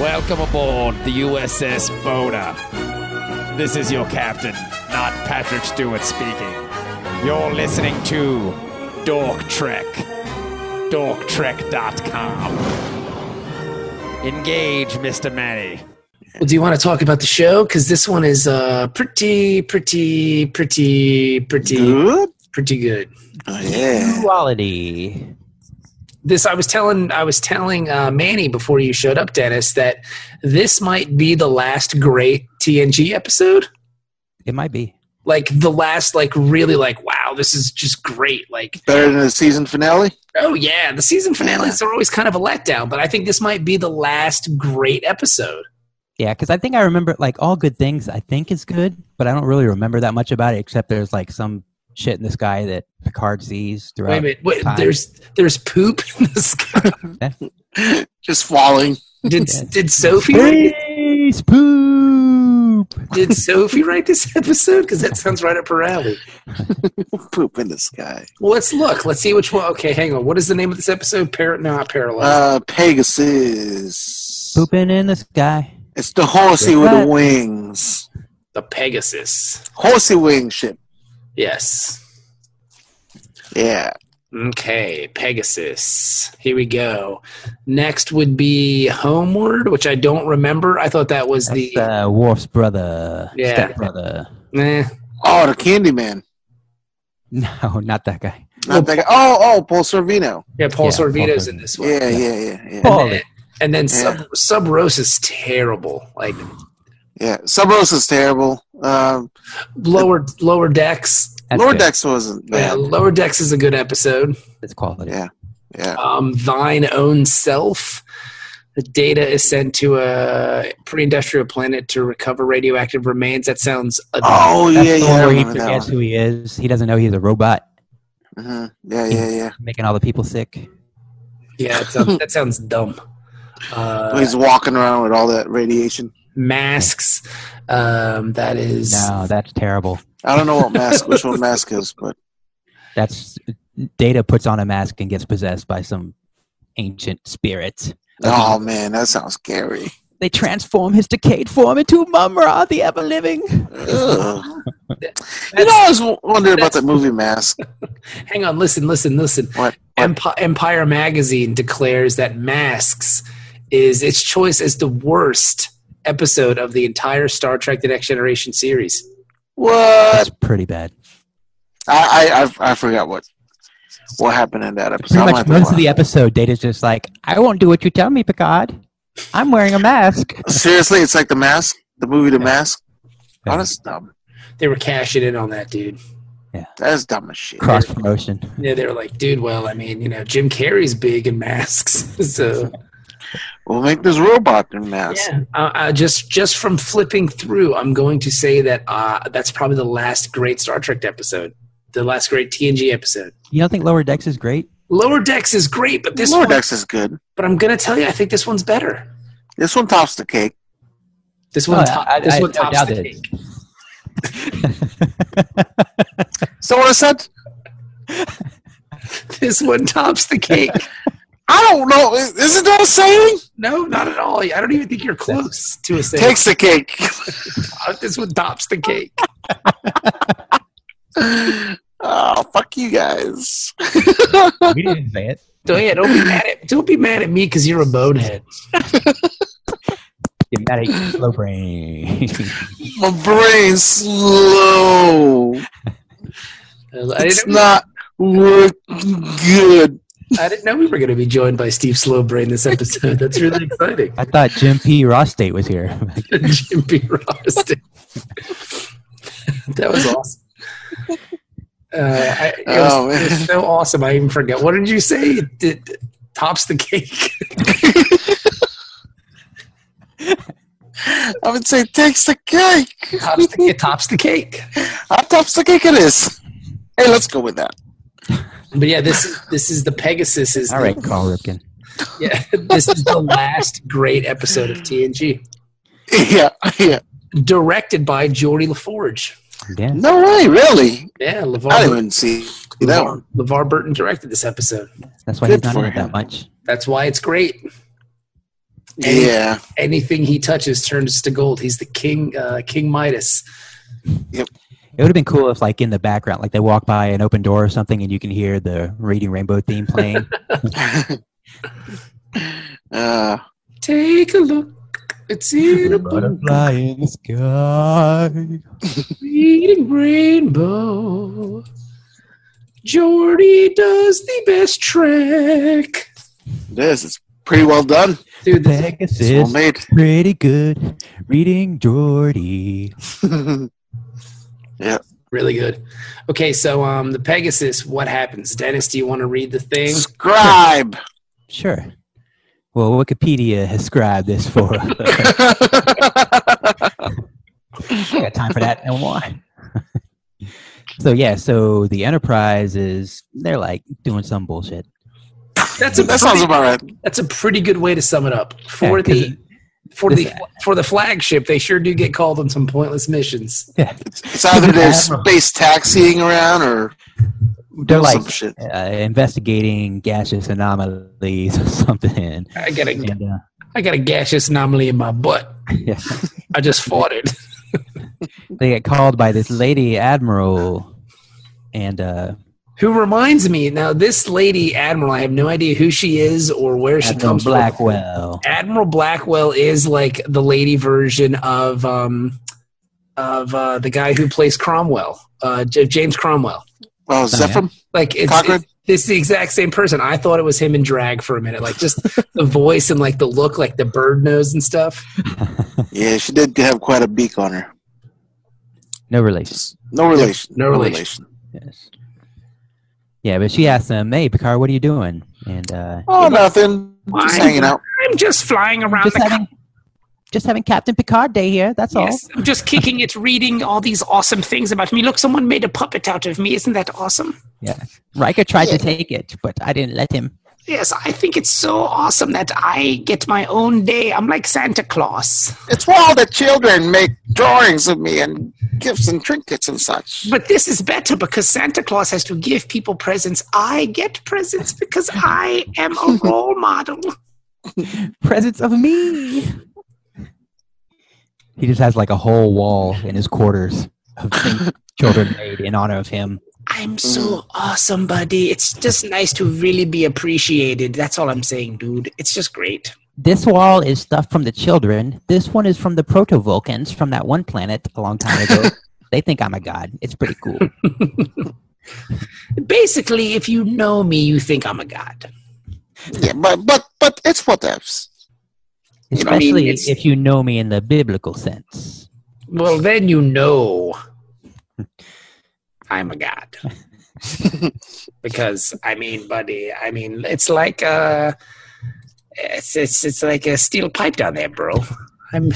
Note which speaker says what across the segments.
Speaker 1: Welcome aboard the USS Boda. This is your captain, not Patrick Stewart speaking. You're listening to Dork Trek. DorkTrek.com. Engage, Mr. Manny.
Speaker 2: Well, do you want to talk about the show? Because this one is uh, pretty, pretty, pretty, pretty,
Speaker 3: Good.
Speaker 2: pretty good.
Speaker 3: Oh, yeah.
Speaker 4: Quality.
Speaker 2: This I was telling I was telling uh, Manny before you showed up, Dennis, that this might be the last great TNG episode.
Speaker 4: It might be.
Speaker 2: Like the last, like really, like wow, this is just great. Like
Speaker 3: Better than the season finale.
Speaker 2: oh yeah, the season finales are always kind of a letdown, but I think this might be the last great episode.
Speaker 4: Yeah, because I think I remember like all good things. I think is good, but I don't really remember that much about it. Except there's like some shit in the sky that Picard sees throughout.
Speaker 2: Wait a minute, wait,
Speaker 4: time.
Speaker 2: there's there's poop in the sky.
Speaker 3: Just falling.
Speaker 2: Did
Speaker 4: Yeah.
Speaker 2: did Sophie?
Speaker 4: Space poop.
Speaker 2: Did Sophie write this episode? Because that sounds right up her alley.
Speaker 3: Poop in the sky.
Speaker 2: Well, let's look. Let's see which one. Okay, hang on. What is the name of this episode? Par- not parallel.
Speaker 3: Uh, Pegasus.
Speaker 4: Pooping in the sky.
Speaker 3: It's the horsey with the wings.
Speaker 2: the Pegasus.
Speaker 3: Horsey wing ship.
Speaker 2: Yes.
Speaker 3: Yeah.
Speaker 2: Okay, Pegasus. Here we go. Next would be Homeward, which I don't remember. I thought that was the.
Speaker 4: That's uh, Worf's brother.
Speaker 2: Yeah.
Speaker 4: Stepbrother.
Speaker 2: eh.
Speaker 3: Oh, the Candyman.
Speaker 4: No, not that guy.
Speaker 3: Not that guy. Oh, oh, Paul Sorvino.
Speaker 2: Yeah, Paul
Speaker 4: Yeah,
Speaker 2: Sorvito's
Speaker 4: Paul
Speaker 2: in this one.
Speaker 3: Yeah, yeah, yeah, yeah.
Speaker 4: Paul.
Speaker 2: And then
Speaker 3: Yeah.
Speaker 2: Sub Sub Rose is terrible. Like
Speaker 3: Yeah. Subros is terrible. Um,
Speaker 2: lower lower decks.
Speaker 4: That's
Speaker 3: Lower
Speaker 4: good.
Speaker 3: Decks wasn't
Speaker 2: Yeah,
Speaker 3: bad.
Speaker 2: lower decks is a good episode.
Speaker 4: It's quality.
Speaker 3: Yeah. Yeah.
Speaker 4: uh,
Speaker 2: um, thine own self. The data is sent to a pre-industrial planet to recover radioactive remains. That sounds adorable.
Speaker 3: Oh,
Speaker 4: That's
Speaker 3: yeah,
Speaker 4: the
Speaker 3: yeah.
Speaker 4: one
Speaker 3: I
Speaker 4: where he
Speaker 3: remember that
Speaker 4: forgets
Speaker 3: one.
Speaker 4: who he is. He doesn't know he's a robot,
Speaker 3: Mhm. Yeah, yeah, yeah.
Speaker 4: making all the people sick.
Speaker 2: yeah, that sounds, that sounds dumb. Uh,
Speaker 3: He's walking around with all that radiation.
Speaker 2: masks. Um, that is
Speaker 4: No, that's terrible.
Speaker 3: I don't know what mask, which one mask is, but
Speaker 4: That's Data puts on a mask and gets possessed by some ancient spirits.
Speaker 3: oh man, that sounds scary.
Speaker 4: They transform his decayed form into Mumra, the ever living.
Speaker 3: Ugh. You know, I was wondering about that movie mask.
Speaker 2: Hang on, listen, listen, listen.
Speaker 3: What?
Speaker 2: Empire, Empire magazine declares that masks is its choice as the worst episode of the entire Star Trek: The Next Generation series.
Speaker 3: What?
Speaker 4: That's pretty bad.
Speaker 3: I I, I, I forgot what what happened in that episode.
Speaker 4: Pretty
Speaker 3: I might
Speaker 4: much
Speaker 3: have to
Speaker 4: most of
Speaker 3: watch.
Speaker 4: the episode, Data's just like, I won't do what you tell me, Picard. I'm wearing a mask.
Speaker 3: Seriously, it's like the mask, the movie The Mask.
Speaker 4: Yeah.
Speaker 3: Oh, that's dumb.
Speaker 2: They were cashing in on that, dude.
Speaker 3: That's dumb as shit.
Speaker 4: Cross promotion.
Speaker 2: Yeah, they were like, dude, well, I mean, you know, Jim Carrey's big in masks, so
Speaker 3: We'll make this robot in mask.
Speaker 2: yeah. Uh, uh, just just from flipping through, I'm going to say that uh, that's probably the last great Star Trek episode, the last great TNG episode.
Speaker 4: You don't think Lower Decks is great?
Speaker 2: Lower Decks is great, but this
Speaker 3: Lower
Speaker 2: one,
Speaker 3: Decks is good.
Speaker 2: but I'm gonna tell you, I think this one's better.
Speaker 3: This one tops the cake.
Speaker 2: This one,
Speaker 4: Oh,
Speaker 2: top,
Speaker 4: I-
Speaker 2: this
Speaker 4: I-
Speaker 2: one
Speaker 4: I
Speaker 2: tops
Speaker 4: doubt
Speaker 2: the
Speaker 4: it.
Speaker 2: cake.
Speaker 3: Is that what I said?
Speaker 2: This one tops the cake.
Speaker 3: I don't know. Is, is it that a saying?
Speaker 2: no, not at all. I don't even think you're close to a saying.
Speaker 3: Takes the cake.
Speaker 2: This one tops the cake.
Speaker 3: oh, fuck you guys.
Speaker 4: we didn't say it.
Speaker 2: So yeah, don't be mad at don't be mad at me because you're a bonehead.
Speaker 4: You're mad at slow brain.
Speaker 3: My brain's slow.
Speaker 2: I
Speaker 3: It's
Speaker 2: didn't,
Speaker 3: not working good.
Speaker 2: I didn't know we were going to be joined by Steve Slowbrain this episode. That's really exciting.
Speaker 4: I thought Jim P. Ross State was here.
Speaker 2: Jim B. Ross. that was awesome. Uh, I, it, was,
Speaker 3: Oh, man.
Speaker 2: it was so awesome. I even forgot. What did you say? It, it tops the cake.
Speaker 3: I would say takes the cake.
Speaker 2: tops the, it tops the cake.
Speaker 3: How tops the cake it is. Hey, let's go with that.
Speaker 2: But yeah, this is this is the Pegasus. Is
Speaker 4: All right, Carl Ripken.
Speaker 2: Yeah, this is the last great episode of TNG,
Speaker 3: Yeah, yeah.
Speaker 2: directed by Geordie LaForge.
Speaker 4: Yeah.
Speaker 3: No way, really.
Speaker 2: Yeah,
Speaker 3: I
Speaker 2: LeVar,
Speaker 3: didn't even see that one.
Speaker 2: LeVar, LeVar Burton directed this episode.
Speaker 4: That's why
Speaker 3: Good
Speaker 4: he's not
Speaker 3: for
Speaker 4: in it
Speaker 3: him.
Speaker 4: that much.
Speaker 2: That's why it's great. Any-
Speaker 3: Yeah.
Speaker 2: Anything he touches turns to gold. He's the king, uh, King Midas.
Speaker 4: It would have been cool if, like, in the background, like they walk by an open door or something, and you can hear the Reading Rainbow theme playing.
Speaker 3: uh,
Speaker 2: Take a look. It's in a book.
Speaker 4: Butterfly in the sky.
Speaker 2: Reading Rainbow. Jordy does the best trick.
Speaker 3: this is pretty well done.
Speaker 2: Dude, this,
Speaker 3: It's
Speaker 4: Pegasus,
Speaker 3: well made.
Speaker 4: pretty good. Reading Jordy.
Speaker 2: really good. Okay, so um, the Pegasus, what happens? Dennis, do you want to read the thing?
Speaker 3: Scribe.
Speaker 4: Sure. Well, Wikipedia has scribed this for us. I got time for that and why. so yeah, so the Enterprise is they're like doing some bullshit.
Speaker 2: That's a
Speaker 3: that sounds
Speaker 2: pretty,
Speaker 3: about right.
Speaker 2: that's a pretty good way to sum it up. For
Speaker 4: Yeah, 'cause
Speaker 2: the for the
Speaker 4: this-
Speaker 2: for the flagship, they sure do get called on some pointless missions.
Speaker 3: It's, it's either they're space taxiing around or
Speaker 4: They're like
Speaker 3: some shit.
Speaker 4: uh, investigating gaseous anomalies or something.
Speaker 2: I got a
Speaker 4: And, uh,
Speaker 2: I got a gaseous anomaly in my butt.
Speaker 4: yeah.
Speaker 2: I just fought it.
Speaker 4: they get called by this lady admiral, and uh,
Speaker 2: Who reminds me now? This lady admiral, I have no idea who she is or where she
Speaker 4: Admiral
Speaker 2: comes from.
Speaker 4: Blackwell.
Speaker 2: Admiral Blackwell is like the lady version of um of uh, the guy who plays Cromwell, uh, J- James Cromwell.
Speaker 3: Oh, Zephyr?
Speaker 2: Like it's,
Speaker 3: Cochran?
Speaker 2: it's it's the exact same person. I thought it was him in drag for a minute, like just the voice and like the look, like the bird nose and stuff.
Speaker 3: Yeah, she did have quite a beak on her.
Speaker 4: No relation.
Speaker 3: Just no relation.
Speaker 2: No relation.
Speaker 4: Yes. Yeah, but she asked him, "Hey, Picard, what are you doing?" And uh,
Speaker 3: Oh, nothing. Just
Speaker 2: Why?
Speaker 3: hanging out.
Speaker 2: I'm just flying around
Speaker 4: just having, just having Captain Picard Day here. That's
Speaker 2: Yes, I'm just kicking it, reading all these awesome things about me. Look, someone made a puppet out of me. Isn't that awesome?
Speaker 4: all. Riker tried to take it, but I didn't let him.
Speaker 2: Yes, I think it's so awesome that I get my own day. I'm like Santa Claus.
Speaker 3: It's where all the children make drawings of me and gifts and trinkets and such.
Speaker 2: But this is better because Santa Claus has to give people presents. I get presents because I am a role model.
Speaker 4: Presence of me. He just has like a whole wall in his quarters of things children made in honor of him.
Speaker 2: I'm so awesome, buddy. It's just nice to really be appreciated. That's all I'm saying, dude. It's just great.
Speaker 4: This wall is stuff from the children. This one is from the proto Vulcans from that one planet a long time ago. they think I'm a god. It's pretty cool.
Speaker 2: Basically, if you know me, you think I'm a god.
Speaker 3: Yeah, but but but it's what ifs. You know, I
Speaker 4: Especially
Speaker 2: mean, it's-
Speaker 4: if you know me in the biblical sense.
Speaker 2: Well, then you know I'm a god. because I mean, buddy, I mean, it's like uh it's it's it's like a steel pipe down there, bro. I'm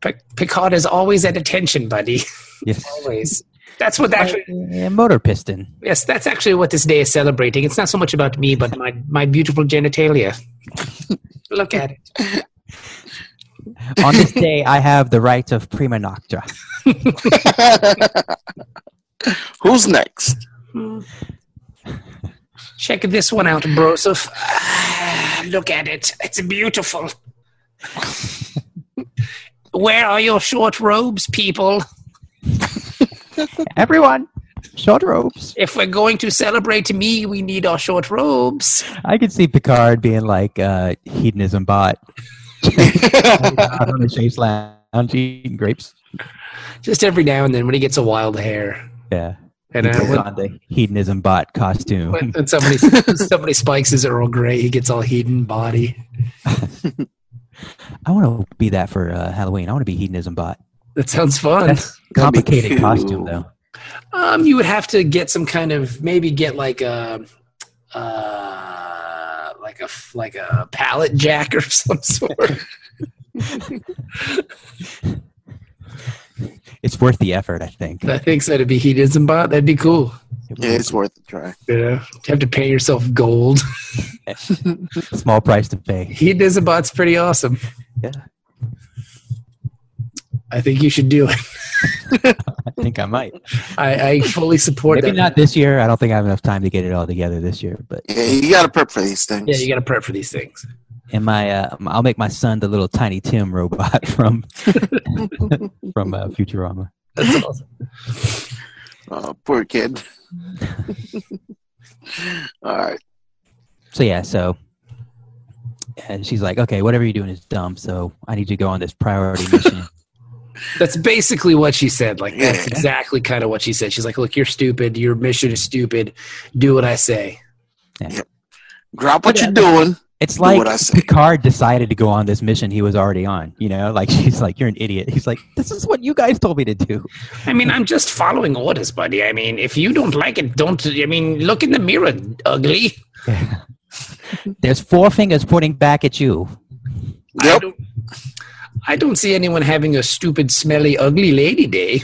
Speaker 2: Pic- Picard is always at attention, buddy.
Speaker 4: Yes.
Speaker 2: Always. That's what actually
Speaker 4: Yeah, motor piston.
Speaker 2: yes, that's actually what this day is celebrating. It's not so much about me, but my my beautiful genitalia. Look at it.
Speaker 4: On this day, I have the right of prima nocta.
Speaker 3: Who's next?
Speaker 2: Hmm. Check this one out, Broseph. Ah, look at it. It's beautiful. Where are your short robes, people?
Speaker 4: Everyone, short robes.
Speaker 2: If we're going to celebrate me, we need our short robes.
Speaker 4: I could see Picard being like uh, hedonism bot out on the chase lounge eating grapes.
Speaker 2: Just every now and then when he gets a wild hair.
Speaker 4: Yeah,
Speaker 2: And
Speaker 4: he
Speaker 2: uh,
Speaker 4: puts
Speaker 2: when,
Speaker 4: on the hedonism bot costume.
Speaker 2: when, when somebody, somebody spikes his Earl Grey, he gets all hedon body.
Speaker 4: I want to be that for uh, Halloween. I want to be hedonism bot.
Speaker 2: That sounds fun.
Speaker 4: That's
Speaker 3: That'd be
Speaker 4: complicated
Speaker 3: cool.
Speaker 4: costume though.
Speaker 2: Um, you would have to get some kind of maybe get like a, uh, like a like a pallet jack or some sort.
Speaker 4: It's worth the effort, I think.
Speaker 2: I think so. To be hedonism bot, that'd be cool.
Speaker 3: Yeah, it's worth a try.
Speaker 2: You know, you have to pay yourself gold.
Speaker 4: Small price to pay.
Speaker 2: Hedonism bot's pretty awesome.
Speaker 4: Yeah.
Speaker 2: I think you should do it.
Speaker 4: I think I might.
Speaker 2: I, I fully support
Speaker 4: Maybe
Speaker 2: that.
Speaker 4: not this year. I don't think I have enough time to get it all together this year. But
Speaker 3: Yeah, you gotta prep for these things.
Speaker 2: Yeah, you got to prep for these things.
Speaker 4: and my uh, m- I'll make my son the little Tiny Tim robot from from uh, Futurama.
Speaker 2: That's awesome.
Speaker 3: Oh, poor kid. All right.
Speaker 4: So yeah, so and she's like, okay, whatever you're doing is dumb. So I need you to go on this priority mission.
Speaker 2: That's basically what she said. Like that's
Speaker 3: Yeah.
Speaker 2: exactly kind of what she said. She's like, "Look, you're stupid. Your mission is stupid. Do what I say."
Speaker 3: Drop what you're
Speaker 4: Whatever.
Speaker 3: doing.
Speaker 4: It's
Speaker 3: Do what
Speaker 4: like
Speaker 3: I say.
Speaker 4: Picard decided to go on this mission he was already on. You know, like she's like, you're an idiot. He's like, this is what you guys told me to do.
Speaker 2: I mean, I'm just following orders, buddy. I mean, if you don't like it, don't. I mean, look in the mirror, ugly.
Speaker 4: There's four fingers pointing back at you.
Speaker 2: I
Speaker 3: Yep.
Speaker 2: don't, I don't see anyone having a stupid, smelly, ugly lady day.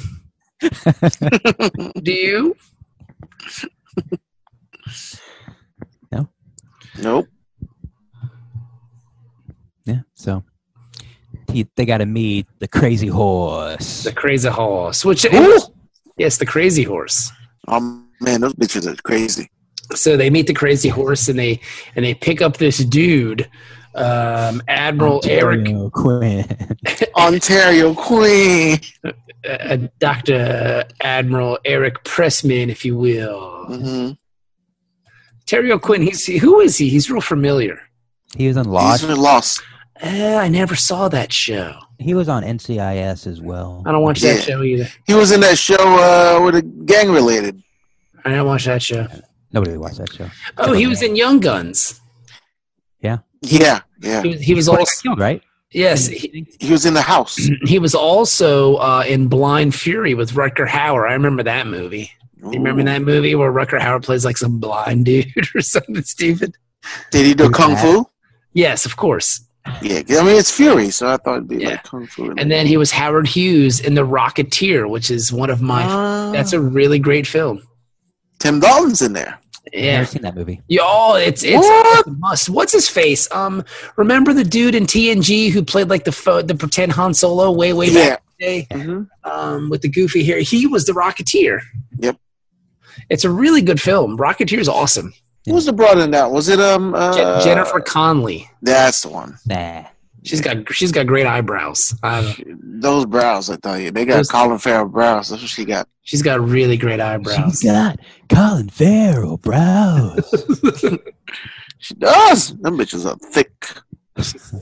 Speaker 2: Do you?
Speaker 3: Nope.
Speaker 4: Yeah. So he, they got to meet the crazy horse.
Speaker 2: The crazy horse. Which yes, the crazy horse.
Speaker 3: Oh man, those bitches are crazy.
Speaker 2: So they meet the crazy horse and they and they pick up this dude, um,
Speaker 3: Oh,
Speaker 2: Admiral Eric
Speaker 4: Ontario Quinn.
Speaker 3: Ontario Queen.
Speaker 2: uh, Dr. Admiral Eric Pressman, if you will.
Speaker 3: hmm
Speaker 2: Terry O'Quinn, he's, who is he? He's real familiar.
Speaker 4: he was on
Speaker 3: He's
Speaker 4: Lost.
Speaker 3: been lost.
Speaker 2: Eh, I never saw that show.
Speaker 4: He was on NCIS as well.
Speaker 2: I don't watch
Speaker 3: Yeah.
Speaker 2: that show either.
Speaker 3: He was in that show uh, with a gang related.
Speaker 2: I don't watch that show.
Speaker 4: Nobody really watched that show.
Speaker 2: Oh, he was in Young Guns.
Speaker 3: Yeah, yeah.
Speaker 2: He was, he was
Speaker 4: Corey got
Speaker 2: also
Speaker 4: killed, right?
Speaker 2: yes, he,
Speaker 3: He was in the house.
Speaker 2: he was also uh, in Blind Fury with Rutger Hauer. I remember that movie. You remember
Speaker 3: Ooh.
Speaker 2: that movie where Rutger Hauer plays like some blind dude or something stupid?
Speaker 3: Did he do
Speaker 4: Who's
Speaker 3: kung
Speaker 4: that?
Speaker 3: fu?
Speaker 2: Yes, of course.
Speaker 3: Yeah, 'cause I mean it's Fury, so I thought it'd be
Speaker 2: Yeah.
Speaker 3: like kung fu.
Speaker 2: And then he was Howard Hughes in The Rocketeer, which is one of my
Speaker 3: Ah,
Speaker 2: That's a really great film.
Speaker 3: Tim Dalton's in there.
Speaker 2: Yeah.
Speaker 4: Never seen that movie.
Speaker 2: Y'all, it's it's,
Speaker 3: What?
Speaker 2: it's a must. What's his face? Um, remember the dude in TNG who played like the fo- the pretend Han Solo way way
Speaker 3: Yeah,
Speaker 2: back in the day,
Speaker 3: Mhm.
Speaker 2: um, with the goofy hair. He was the Rocketeer.
Speaker 3: Yep.
Speaker 2: It's a really good film. Rocketeer is awesome.
Speaker 3: who was the broad in that? Was it um uh,
Speaker 2: Je- Jennifer Conley.
Speaker 3: That's the one.
Speaker 4: Nah.
Speaker 2: She's got she's got great eyebrows. Um,
Speaker 3: Those brows, I tell you, they got
Speaker 2: Those-
Speaker 3: Colin Farrell brows. That's what she got.
Speaker 2: she's got really great eyebrows.
Speaker 4: She's got Colin Farrell brows.
Speaker 3: She does. Them bitches are thick.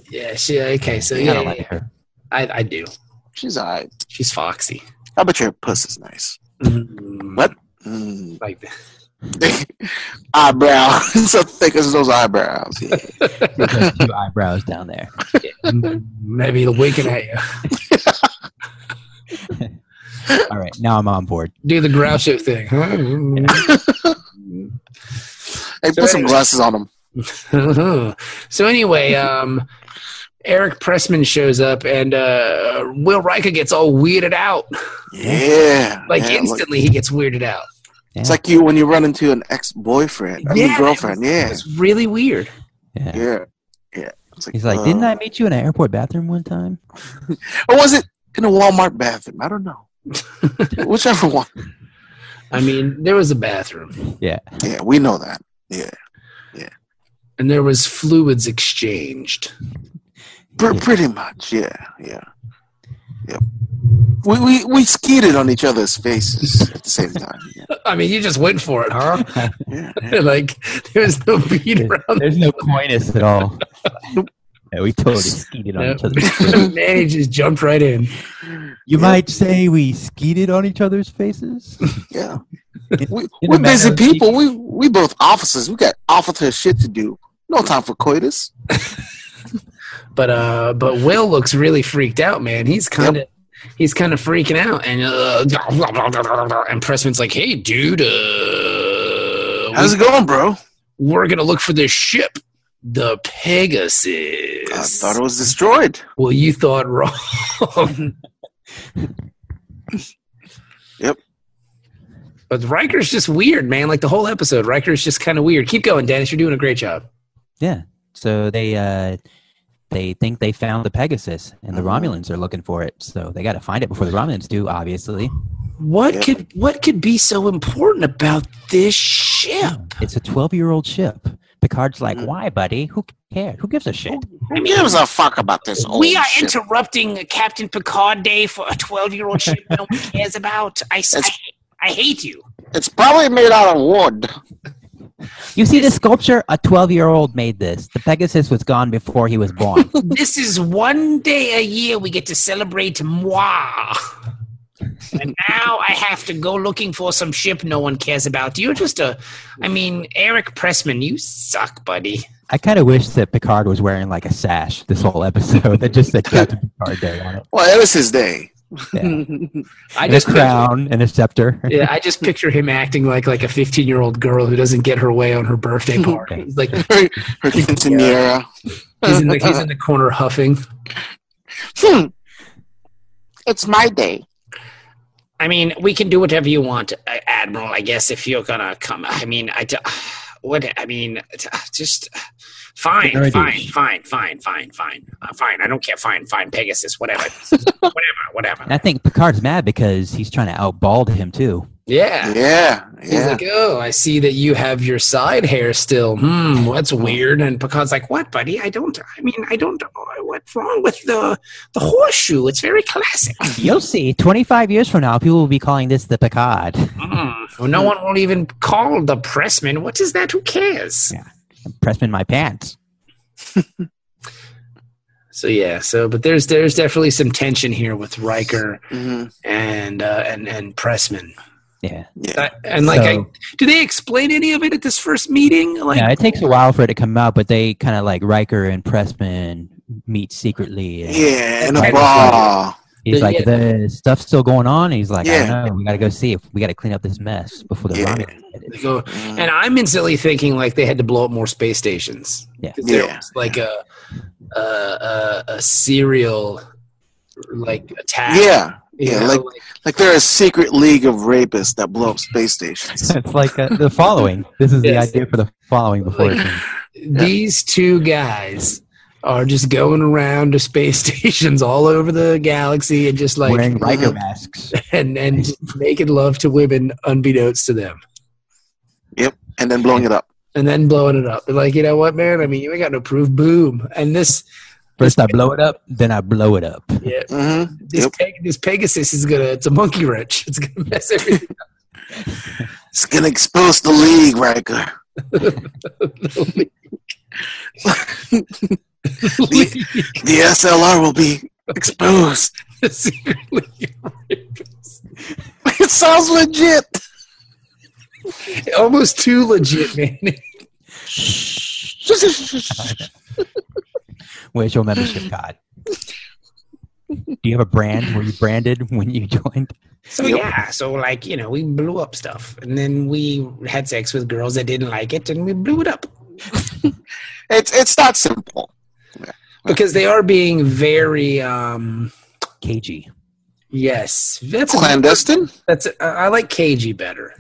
Speaker 2: yeah. She okay. So
Speaker 4: I
Speaker 2: yeah,
Speaker 4: don't
Speaker 2: yeah,
Speaker 4: like her.
Speaker 2: I, I do.
Speaker 3: She's alright.
Speaker 2: She's foxy.
Speaker 3: I bet your puss is nice.
Speaker 2: Mm,
Speaker 3: What? Mm.
Speaker 2: Like that.
Speaker 3: Eyebrow, so thick as those eyebrows. Yeah.
Speaker 4: She's got two eyebrows down there.
Speaker 2: Maybe the winking at you.
Speaker 4: All right, now I'm on board.
Speaker 2: Do the Groucho thing.
Speaker 3: Hey,
Speaker 2: So
Speaker 3: put some
Speaker 2: anyway.
Speaker 3: glasses on them.
Speaker 2: so anyway, um, Eric Pressman shows up, and uh, Will Riker gets all weirded out.
Speaker 3: Yeah,
Speaker 2: Like
Speaker 3: yeah, look.
Speaker 2: instantly, he gets weirded out.
Speaker 3: It's like you when you run into an ex-boyfriend, I mean
Speaker 2: Yeah,
Speaker 3: girlfriend. Yeah,
Speaker 2: It's really weird.
Speaker 4: Yeah.
Speaker 3: yeah, yeah. It's
Speaker 4: He's like, didn't
Speaker 3: uh,
Speaker 4: I meet you in an airport bathroom one time?
Speaker 3: Or was it in a Walmart bathroom? I don't know. Whichever one.
Speaker 2: I mean, there was a bathroom,
Speaker 3: Yeah, we know that.
Speaker 2: and there was fluids exchanged.
Speaker 3: Pr-
Speaker 4: Yeah.
Speaker 3: Pretty much. Yeah, yeah, yep. We we we skidded on each other's faces at the same time. Yeah,
Speaker 2: I mean, you just went for it, huh?
Speaker 3: yeah.
Speaker 2: like there's no beat around.
Speaker 4: There's no coyness at all. yeah, we totally skeeted on
Speaker 2: No.
Speaker 4: each other's faces.
Speaker 2: Man, he just jumped right in.
Speaker 4: You might say we skeeted on each other's faces.
Speaker 3: yeah.
Speaker 4: In-
Speaker 3: We,
Speaker 4: in
Speaker 3: we're
Speaker 4: a manner
Speaker 3: busy
Speaker 4: of
Speaker 3: people. We we both officers. We got officer shit to do. No time for coitus.
Speaker 2: But uh, but Will looks really freaked out, man. He's kind of he's kind of freaking out, and uh, and Pressman's like, "Hey, dude, uh,
Speaker 3: How's it going, bro?
Speaker 2: we, are gonna look for this ship, the
Speaker 3: I
Speaker 2: Pegasus."
Speaker 3: thought it was destroyed.
Speaker 2: well, you thought
Speaker 3: Oh,
Speaker 2: wrong.
Speaker 3: Yep.
Speaker 2: But Riker's just weird, man. Like the whole episode, Riker's just kind of weird. Keep going, Dennis. You're doing a great job.
Speaker 4: Yeah. So they uh, they think they found the Pegasus, and the
Speaker 3: Mhm.
Speaker 4: Romulans are looking for it. So they got to find it before the Romulans do, obviously.
Speaker 2: What
Speaker 3: Yep.
Speaker 2: could what could be so important about this ship?
Speaker 4: It's a 12 year old ship. Picard's like,
Speaker 3: Mhm.
Speaker 4: Mm. why, buddy? Who cares? Who gives a shit?
Speaker 3: Who,
Speaker 2: I mean,
Speaker 3: gives a fuck about this old
Speaker 2: we are
Speaker 3: ship?
Speaker 2: interrupting Captain Picard Day for a 12 year old ship no one cares about. I, s-
Speaker 3: It's-
Speaker 2: I- I hate you.
Speaker 3: it's probably made out of wood.
Speaker 4: You see this sculpture? A 12 year old made this. The Pegasus was gone before he was born.
Speaker 2: this is one day a year we get to celebrate moi. And now I have to go looking for some ship no one cares about. You're just a, I mean, Eric Pressman, you suck, buddy.
Speaker 4: I kind of wish that Picard was wearing like a sash this whole episode that just said Captain Picard Day on it.
Speaker 3: Well, it was his day.
Speaker 4: Yeah.
Speaker 2: I
Speaker 4: And a crown and a scepter.
Speaker 2: Yeah, I just picture him acting like like a 15 year old girl who doesn't get her way on her birthday party. He's like
Speaker 3: her her quinceanera.
Speaker 2: he's in the he's in the corner huffing.
Speaker 3: Hmm. It's my day.
Speaker 2: I mean, we can do whatever you want, uh, Admiral. I guess if you're gonna come, I mean, I d- what I mean, uh, t- just fine,
Speaker 4: Good idea.
Speaker 2: fine, fine, fine, fine, fine, uh, fine. I don't care. Fine, fine, Pegasus, whatever, whatever,
Speaker 4: And
Speaker 2: whatever.
Speaker 4: I think Picard's mad because he's trying to outbald him too.
Speaker 2: Yeah.
Speaker 3: Yeah,
Speaker 2: He's
Speaker 3: yeah.
Speaker 2: like, oh, I see that you have your side hair still. Hmm, that's
Speaker 3: Oh,
Speaker 2: weird. And Picard's like, what, buddy? I don't. I mean, I don't. What's wrong with the the horseshoe? It's very classic.
Speaker 4: You'll see. 25 years from now, people will be calling this the Picard.
Speaker 2: Mm, no one will even call the pressman. What is that? Who cares?
Speaker 4: Pressman my pants.
Speaker 2: So yeah, so but there's there's definitely some tension here with Riker
Speaker 3: hmm
Speaker 2: and uh, and and Pressman.
Speaker 4: Yeah.
Speaker 3: yeah.
Speaker 2: Uh, and like,
Speaker 4: So-
Speaker 2: I, do they explain any of it at this first meeting? Like,
Speaker 4: yeah, it takes a while for it to come out, but they kind of like Riker and Pressman meet secretly. And
Speaker 3: Yeah, in a
Speaker 2: Right.
Speaker 3: bra.
Speaker 4: He's like,
Speaker 2: Yeah.
Speaker 4: the stuff's still going on. And he's like, I
Speaker 3: Yeah.
Speaker 4: don't know. We got to go see if we got to clean up this mess before the
Speaker 3: Yeah.
Speaker 4: Romulans get it.
Speaker 2: they go,
Speaker 3: Mm.
Speaker 2: and I'm instantly thinking like they had to blow up more space stations.
Speaker 4: Yeah.
Speaker 2: 'Cause there
Speaker 3: Yeah.
Speaker 2: was like a a, a a serial like attack.
Speaker 3: Yeah,
Speaker 2: you
Speaker 3: yeah,
Speaker 2: know,
Speaker 3: like- like they're a secret league of rapists that blow up space stations.
Speaker 4: it's like uh, the following. This is
Speaker 2: Yes.
Speaker 4: the idea for the following before it came.
Speaker 2: these two guys are just going around to space stations all over the galaxy and just like uh-huh.
Speaker 4: wearing Riker masks.
Speaker 2: and and just making love to women unbeknownst to them
Speaker 3: and then blowing it up.
Speaker 2: and then blowing it up They're like you know what man i mean you ain't got no proof boom and this
Speaker 4: First I blow it up, then I blow it up.
Speaker 2: yeah,
Speaker 3: hmm
Speaker 2: this,
Speaker 3: Yep.
Speaker 2: Peg- this pegasus is gonna it's a monkey wrench it's gonna mess everything
Speaker 3: It's gonna expose the league, Riker.
Speaker 2: up
Speaker 3: The SLR will be exposed.
Speaker 2: secretly
Speaker 3: it sounds legit.
Speaker 2: almost too legit man
Speaker 4: Where's your membership card? Do you have a brand? Were you branded when you joined?
Speaker 2: So
Speaker 3: Yep.
Speaker 2: yeah, so like you know, we blew up stuff, and then we had sex with girls that didn't like it, and we blew it up
Speaker 3: It's it's that simple.
Speaker 2: because they are being very um
Speaker 4: KG.
Speaker 2: yes, that's a,
Speaker 3: Clandestine?
Speaker 2: that's a, I like cagey better.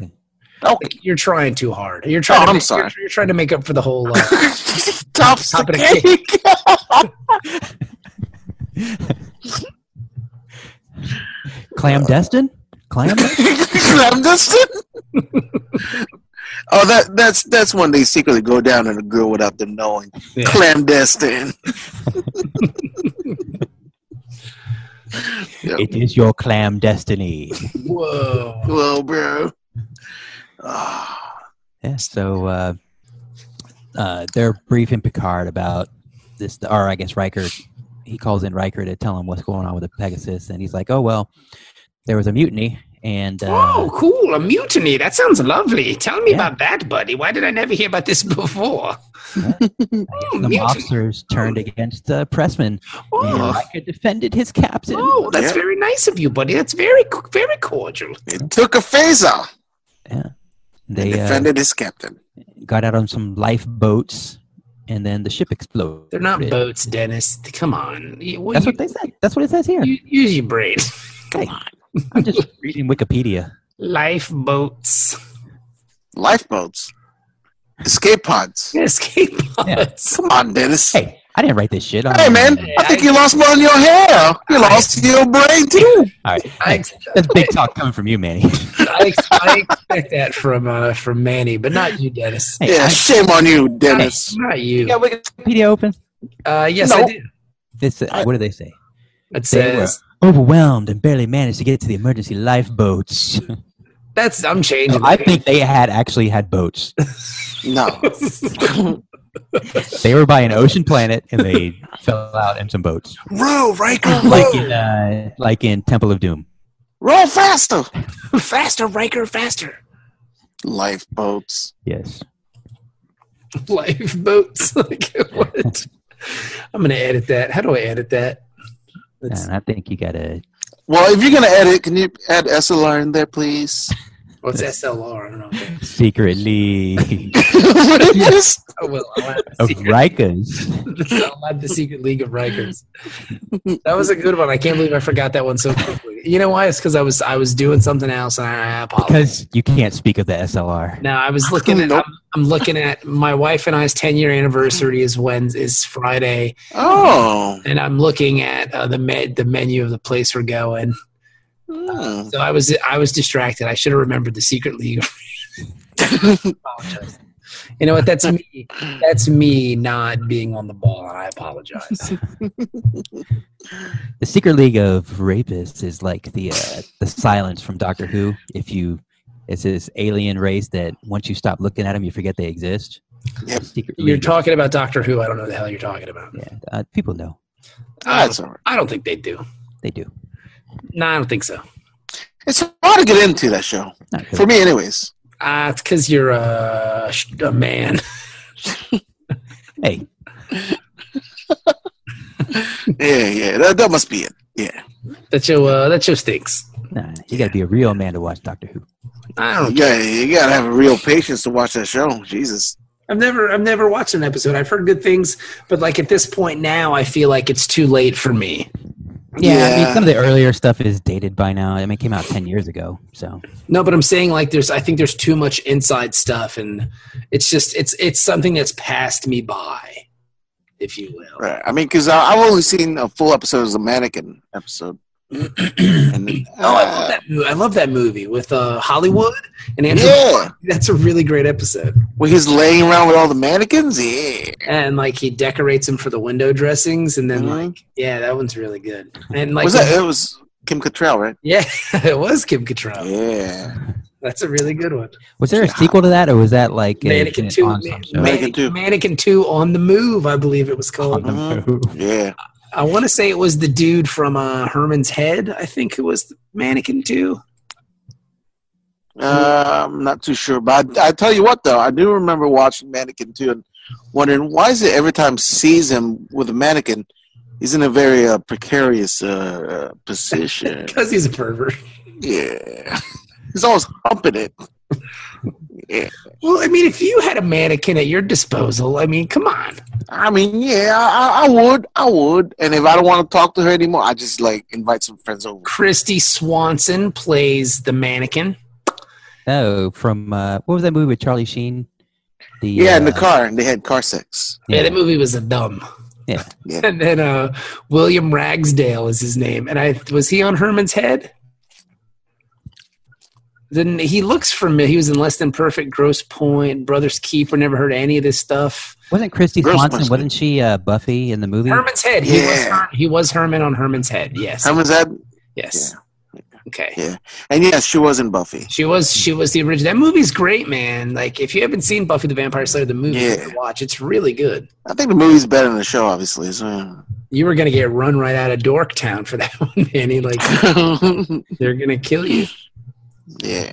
Speaker 3: Okay.
Speaker 2: You're trying too hard. You're trying.
Speaker 3: Oh,
Speaker 2: to
Speaker 3: I'm
Speaker 2: make-
Speaker 3: sorry.
Speaker 2: You're, you're trying to make up for the whole. Uh,
Speaker 3: Tops
Speaker 2: Top of
Speaker 3: the
Speaker 2: the
Speaker 3: cake.
Speaker 4: Clam
Speaker 2: Uh,
Speaker 4: Destin? Clam?
Speaker 3: Clandestine? oh, that that's that's when they secretly go down on a girl without them knowing.
Speaker 2: yeah.
Speaker 3: Clandestine.
Speaker 4: it is your clam destiny.
Speaker 2: Whoa.
Speaker 3: Well, bro. Ah.
Speaker 4: Yeah, so uh, uh, they're briefing Picard about this, or I guess Riker. He calls in Riker to tell him what's going on with the Pegasus, and he's like, "Oh well, there was a mutiny, and uh,
Speaker 2: Oh, cool! A mutiny. That sounds lovely. Tell me
Speaker 4: Yeah.
Speaker 2: about that, buddy. Why did I never hear about this before? oh,
Speaker 4: some
Speaker 2: mutiny.
Speaker 4: officers turned against uh, Pressman, and
Speaker 2: Oh,
Speaker 4: Riker defended his captain."
Speaker 2: oh, that's
Speaker 3: Yeah.
Speaker 2: very nice of you, buddy. That's very, co- very cordial.
Speaker 3: It took a phaser and
Speaker 4: They uh,
Speaker 3: defended his captain.
Speaker 4: got out on some lifeboats, and then the ship exploded.
Speaker 2: They're not boats, Dennis. Come on. You-
Speaker 4: That's what they said. That's what it says here.
Speaker 2: you, use your brain.
Speaker 4: Hey, I'm just reading Wikipedia.
Speaker 2: Lifeboats,
Speaker 3: Lifeboats. Escape pods.
Speaker 2: escape pods.
Speaker 3: Come on, Dennis. Hey,
Speaker 4: Hey, I didn't write this shit.
Speaker 3: man. I think you lost more on your hair. You lost your brain, too.
Speaker 4: All right.
Speaker 2: I,
Speaker 4: That's big talk coming from you, Manny.
Speaker 2: I, ex- I expect that from uh, from Manny, but not you, Dennis.
Speaker 4: Hey,
Speaker 3: Yeah,
Speaker 4: I-
Speaker 3: shame on you, Dennis.
Speaker 2: Not you.
Speaker 4: Wikipedia open.
Speaker 2: Uh, yes,
Speaker 3: No.
Speaker 2: I did.
Speaker 4: This, uh, what do they say?
Speaker 2: It
Speaker 4: They were
Speaker 2: says
Speaker 4: overwhelmed and barely managed to get to the emergency lifeboats.
Speaker 2: that's. I'm changing.
Speaker 4: I think they had actually had boats.
Speaker 3: No.
Speaker 4: They were by an ocean planet and they fell out in some boats,
Speaker 3: row, Riker,
Speaker 4: like
Speaker 3: row.
Speaker 4: in uh, like in Temple of Doom.
Speaker 3: Row faster.
Speaker 2: faster, Riker, faster.
Speaker 3: Lifeboats.
Speaker 4: Yes.
Speaker 2: Lifeboats. like what? I'm gonna edit that. How do I edit that? Let's,
Speaker 4: And I think you gotta.
Speaker 3: Well, if you're gonna edit, can you add SLR in there, please?
Speaker 2: what's SLR? I don't know.
Speaker 4: secretly
Speaker 3: what it is?
Speaker 2: Oh, well, I'll add the
Speaker 4: of
Speaker 2: secret-
Speaker 4: Rikers.
Speaker 2: I'll add the Secret League of Rikers. That was a good one. I can't believe I forgot that one so quickly. You know why? It's because I was I was doing something else, and I, I apologize.
Speaker 4: Because you can't speak of the SLR.
Speaker 2: No, I was looking at.
Speaker 3: Nope.
Speaker 2: I'm, I'm looking at my wife and I's 10 year anniversary is when is Friday,
Speaker 3: Oh.
Speaker 2: and I'm looking at uh, the med the menu of the place we're going.
Speaker 3: Hmm.
Speaker 2: So I was I was distracted. I should have remembered the Secret League. apologize. You know what? That's me. That's me not being on the ball, and I apologize.
Speaker 4: The Secret League of Rapists is like the uh, the silence from Doctor Who. If you, it's this alien race that once you stop looking at them, you forget they exist.
Speaker 3: Yep.
Speaker 4: Secret
Speaker 2: You're
Speaker 4: League.
Speaker 2: talking about Doctor Who. I don't know what the hell you're talking about.
Speaker 4: yeah, uh, people know
Speaker 2: I,
Speaker 3: That's
Speaker 2: don't,
Speaker 3: all right.
Speaker 2: I don't think they do.
Speaker 4: they do.
Speaker 2: No, I don't think so.
Speaker 3: It's hard to get into that show
Speaker 4: Not really.
Speaker 3: for me, anyways.
Speaker 2: Uh, it's because you're a, sh- a man.
Speaker 4: hey,
Speaker 3: Yeah, yeah. That, that must be it. Yeah.
Speaker 2: That your uh, that your stinks.
Speaker 4: nah, you got to be a real man to watch Doctor Who.
Speaker 2: I don't.
Speaker 3: Yeah, you gotta have real patience to watch that show. Jesus.
Speaker 2: I've never I've never watched an episode. I've heard good things, but like at this point now, I feel like it's too late for me.
Speaker 4: Yeah, I mean,
Speaker 3: Yeah.
Speaker 4: some of the earlier stuff is dated by now. I mean, it came out ten years ago, so
Speaker 2: No, but I'm saying like there's I think there's too much inside stuff, and it's just it's it's something that's passed me by, if you will.
Speaker 3: Right. I mean, because I've only seen a full episode of the mannequin episode. and then,
Speaker 2: Oh, I love
Speaker 3: uh,
Speaker 2: that movie. I love that movie with uh, Hollywood and Andrew.
Speaker 3: Yeah.
Speaker 2: That's a really great episode.
Speaker 3: Where he's laying around with all the mannequins? Yeah.
Speaker 2: And like he decorates him for the window dressings, and then
Speaker 3: Mhm.
Speaker 2: like yeah, that one's really good. And like
Speaker 3: was that? It was Kim Cattrall, right?
Speaker 2: yeah, it was Kim Cattrall.
Speaker 3: Yeah.
Speaker 2: That's a really good one.
Speaker 4: was there a
Speaker 3: Yeah.
Speaker 4: sequel to that, or was that like a-
Speaker 2: Mannequin
Speaker 4: an
Speaker 2: Two,
Speaker 4: ensemble show?
Speaker 2: Mannequin
Speaker 3: Man- Mannequin
Speaker 2: Two,
Speaker 3: Two.
Speaker 2: Mannequin Two on the Move, I believe it was called.
Speaker 3: Yeah.
Speaker 2: I want to say it was the dude from uh, Herman's Head. I think who was the Mannequin Two.
Speaker 3: Uh, I'm not too sure, but I, I tell you what, though, I do remember watching Mannequin too, and wondering why is it every time sees him with a mannequin, he's in a very uh, precarious uh, uh, position.
Speaker 2: Because he's a pervert.
Speaker 3: yeah, he's always humping it.
Speaker 2: Well, I mean, if you had a mannequin at your disposal, I mean, come on.
Speaker 3: I mean, yeah, I, I would, I would, and if I don't want to talk to her anymore, I just like invite some friends over.
Speaker 2: Christy Swanson plays the mannequin.
Speaker 4: No, from uh, what was that movie with Charlie Sheen? The
Speaker 3: Yeah, in the
Speaker 4: uh,
Speaker 3: car, and they had car sex.
Speaker 2: Yeah, that movie was a dumb.
Speaker 4: Yeah.
Speaker 3: Yeah.
Speaker 2: And then uh, William Ragsdale is his name, and I was he on Herman's Head. Then he looks for me. He was in Less Than Perfect, Gross Point, Brothers Keeper. Never heard of any of this stuff.
Speaker 4: Wasn't Christy
Speaker 3: Girls
Speaker 4: Swanson?
Speaker 3: Must
Speaker 4: Wasn't she uh, Buffy in the movie?
Speaker 2: Herman's Head. He was
Speaker 3: Yeah.
Speaker 2: Her- he was Herman on Herman's Head. Yes.
Speaker 3: How was that?
Speaker 2: yes. Okay.
Speaker 3: Yeah. And yes, she was in Buffy.
Speaker 2: She was she was the original. That movie's great, man. Like if you haven't seen Buffy the Vampire Slayer, the movie you
Speaker 3: Yeah.
Speaker 2: should watch, it's really good.
Speaker 3: I think the movie's better than the show, obviously. So.
Speaker 2: You were gonna get run right out of Dorktown for that one, Manny. Like they're gonna kill you.
Speaker 3: yeah.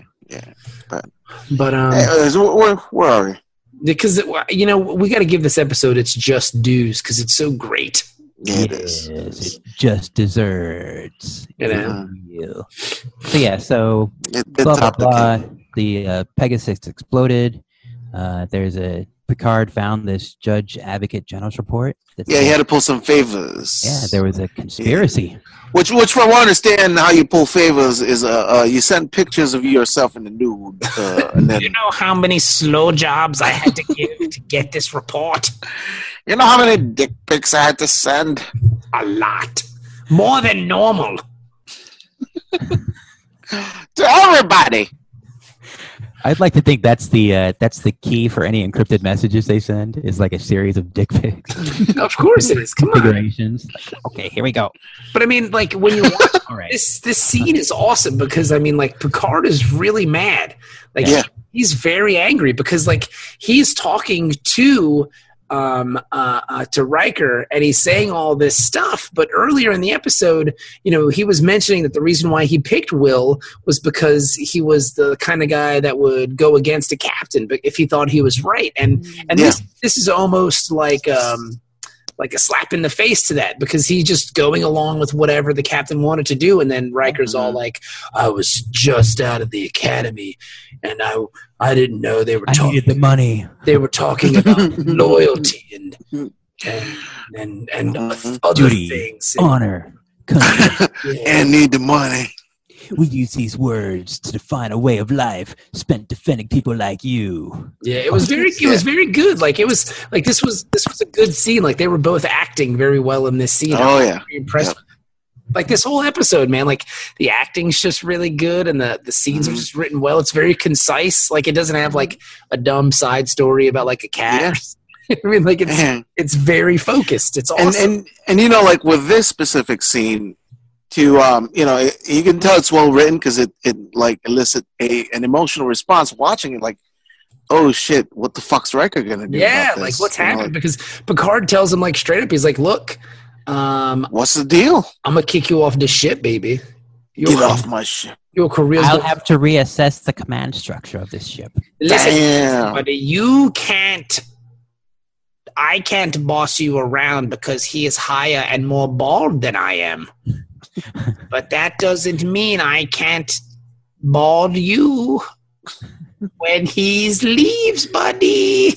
Speaker 2: But um,
Speaker 3: Hey, uh, so where, where are we?
Speaker 2: because it, you know we got to give this episode its just dues because it's so great.
Speaker 3: Yeah, it
Speaker 4: yes,
Speaker 3: is.
Speaker 4: it just desserts.
Speaker 2: It is.
Speaker 4: Ew. So yeah, so
Speaker 3: It, it
Speaker 4: blah blah
Speaker 3: topped the
Speaker 4: blah.
Speaker 3: cake.
Speaker 4: The uh, Pegasus exploded. Uh, there's a Picard found this Judge Advocate General's report. That
Speaker 3: Yeah, he
Speaker 4: said-
Speaker 3: had to pull some favors.
Speaker 4: yeah, there was a conspiracy.
Speaker 3: which, which from what I understand, how you pull favors is uh, uh you send pictures of yourself in the nude, uh, and then
Speaker 2: You know how many slow jobs I had to give to get this report?
Speaker 3: you know how many dick pics I had to send.
Speaker 2: A lot, more than normal.
Speaker 3: to everybody.
Speaker 4: I'd like to think that's the uh, that's the key for any encrypted messages they send is like a series of dick pics
Speaker 2: of course it is. Come on.
Speaker 4: configurations. Like, okay, here we go.
Speaker 2: But I mean, like when you watch
Speaker 4: All right.
Speaker 2: this, this scene is awesome because I mean, like Picard is really mad. Like
Speaker 3: Yeah.
Speaker 2: he's very angry because like he's talking to um uh, uh to Riker and he's saying all this stuff but earlier in the episode you know he was mentioning that the reason why he picked Will was because he was the kind of guy that would go against a captain but if he thought he was right and
Speaker 4: Mm.
Speaker 2: and
Speaker 3: Yeah.
Speaker 2: this this is almost like um like a slap in the face to that because he's just going along with whatever the captain wanted to do and then Riker's
Speaker 4: Mm-hmm.
Speaker 2: all like I was just out of the academy and I I didn't know they were
Speaker 4: I
Speaker 2: talking
Speaker 4: needed the money.
Speaker 2: they were talking about loyalty and and and, and
Speaker 3: Mhm.
Speaker 2: other
Speaker 4: Mm-hmm. Duty.
Speaker 2: things
Speaker 4: Honor. Country.
Speaker 2: Yeah.
Speaker 3: and need the money.
Speaker 4: We use these words to define a way of life spent defending people like you.
Speaker 2: Yeah, it was very it was very good. Like it was like this was this was a good scene. Like they were both acting very well in this scene. I
Speaker 3: Oh,
Speaker 2: was
Speaker 3: yeah.
Speaker 2: very impressed. Like this whole episode, man. Like the acting's just really good, and the the scenes are
Speaker 3: Mhm.
Speaker 2: just written well. It's very concise. Like it doesn't have like a dumb side story about like a cat. or
Speaker 3: Yeah.
Speaker 2: something. I mean, like it's
Speaker 3: Man.
Speaker 2: it's very focused. It's awesome.
Speaker 3: and and and you know like with this specific scene to um you know it, you can tell it's well written because it it like elicit a an emotional response watching it like oh shit what the fuck's Riker gonna do
Speaker 2: yeah,
Speaker 3: about
Speaker 2: like
Speaker 3: this?
Speaker 2: what's
Speaker 3: You know,
Speaker 2: happened because Picard tells him like straight up. He's like, "Look, um,
Speaker 3: like, what's the deal
Speaker 2: I'm gonna kick you off this ship, baby. Your
Speaker 3: get off my ship
Speaker 2: your career's
Speaker 4: I'll
Speaker 2: gonna-
Speaker 4: have to reassess the command structure of this ship.
Speaker 2: Listen,
Speaker 3: damn
Speaker 2: But you can't. I can't boss you around because he is higher and more bald than I am. but that doesn't mean I can't bald you when he's leaves, buddy.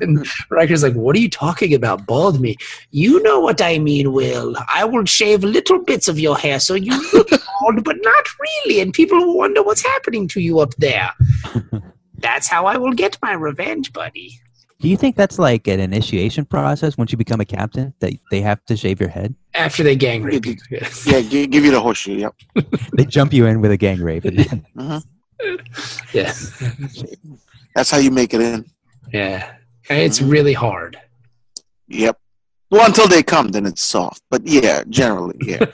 Speaker 2: And Riker's like, What are you talking about? Bald me. You know what I mean, Will. I will shave little bits of your hair so you look bald, but not really. And people will wonder what's happening to you up there. That's how I will get my revenge, buddy.
Speaker 4: Do you think that's like an initiation process once you become a captain that they have to shave your head?
Speaker 2: After they gang rape
Speaker 3: rape
Speaker 2: you.
Speaker 3: you. yeah give, give you the horseshoe yep
Speaker 4: They jump you in with a gang rape. And then,
Speaker 2: yeah.
Speaker 3: that's how you make it in
Speaker 2: Yeah. And it's really hard.
Speaker 3: yep well until they come then it's soft but yeah generally yeah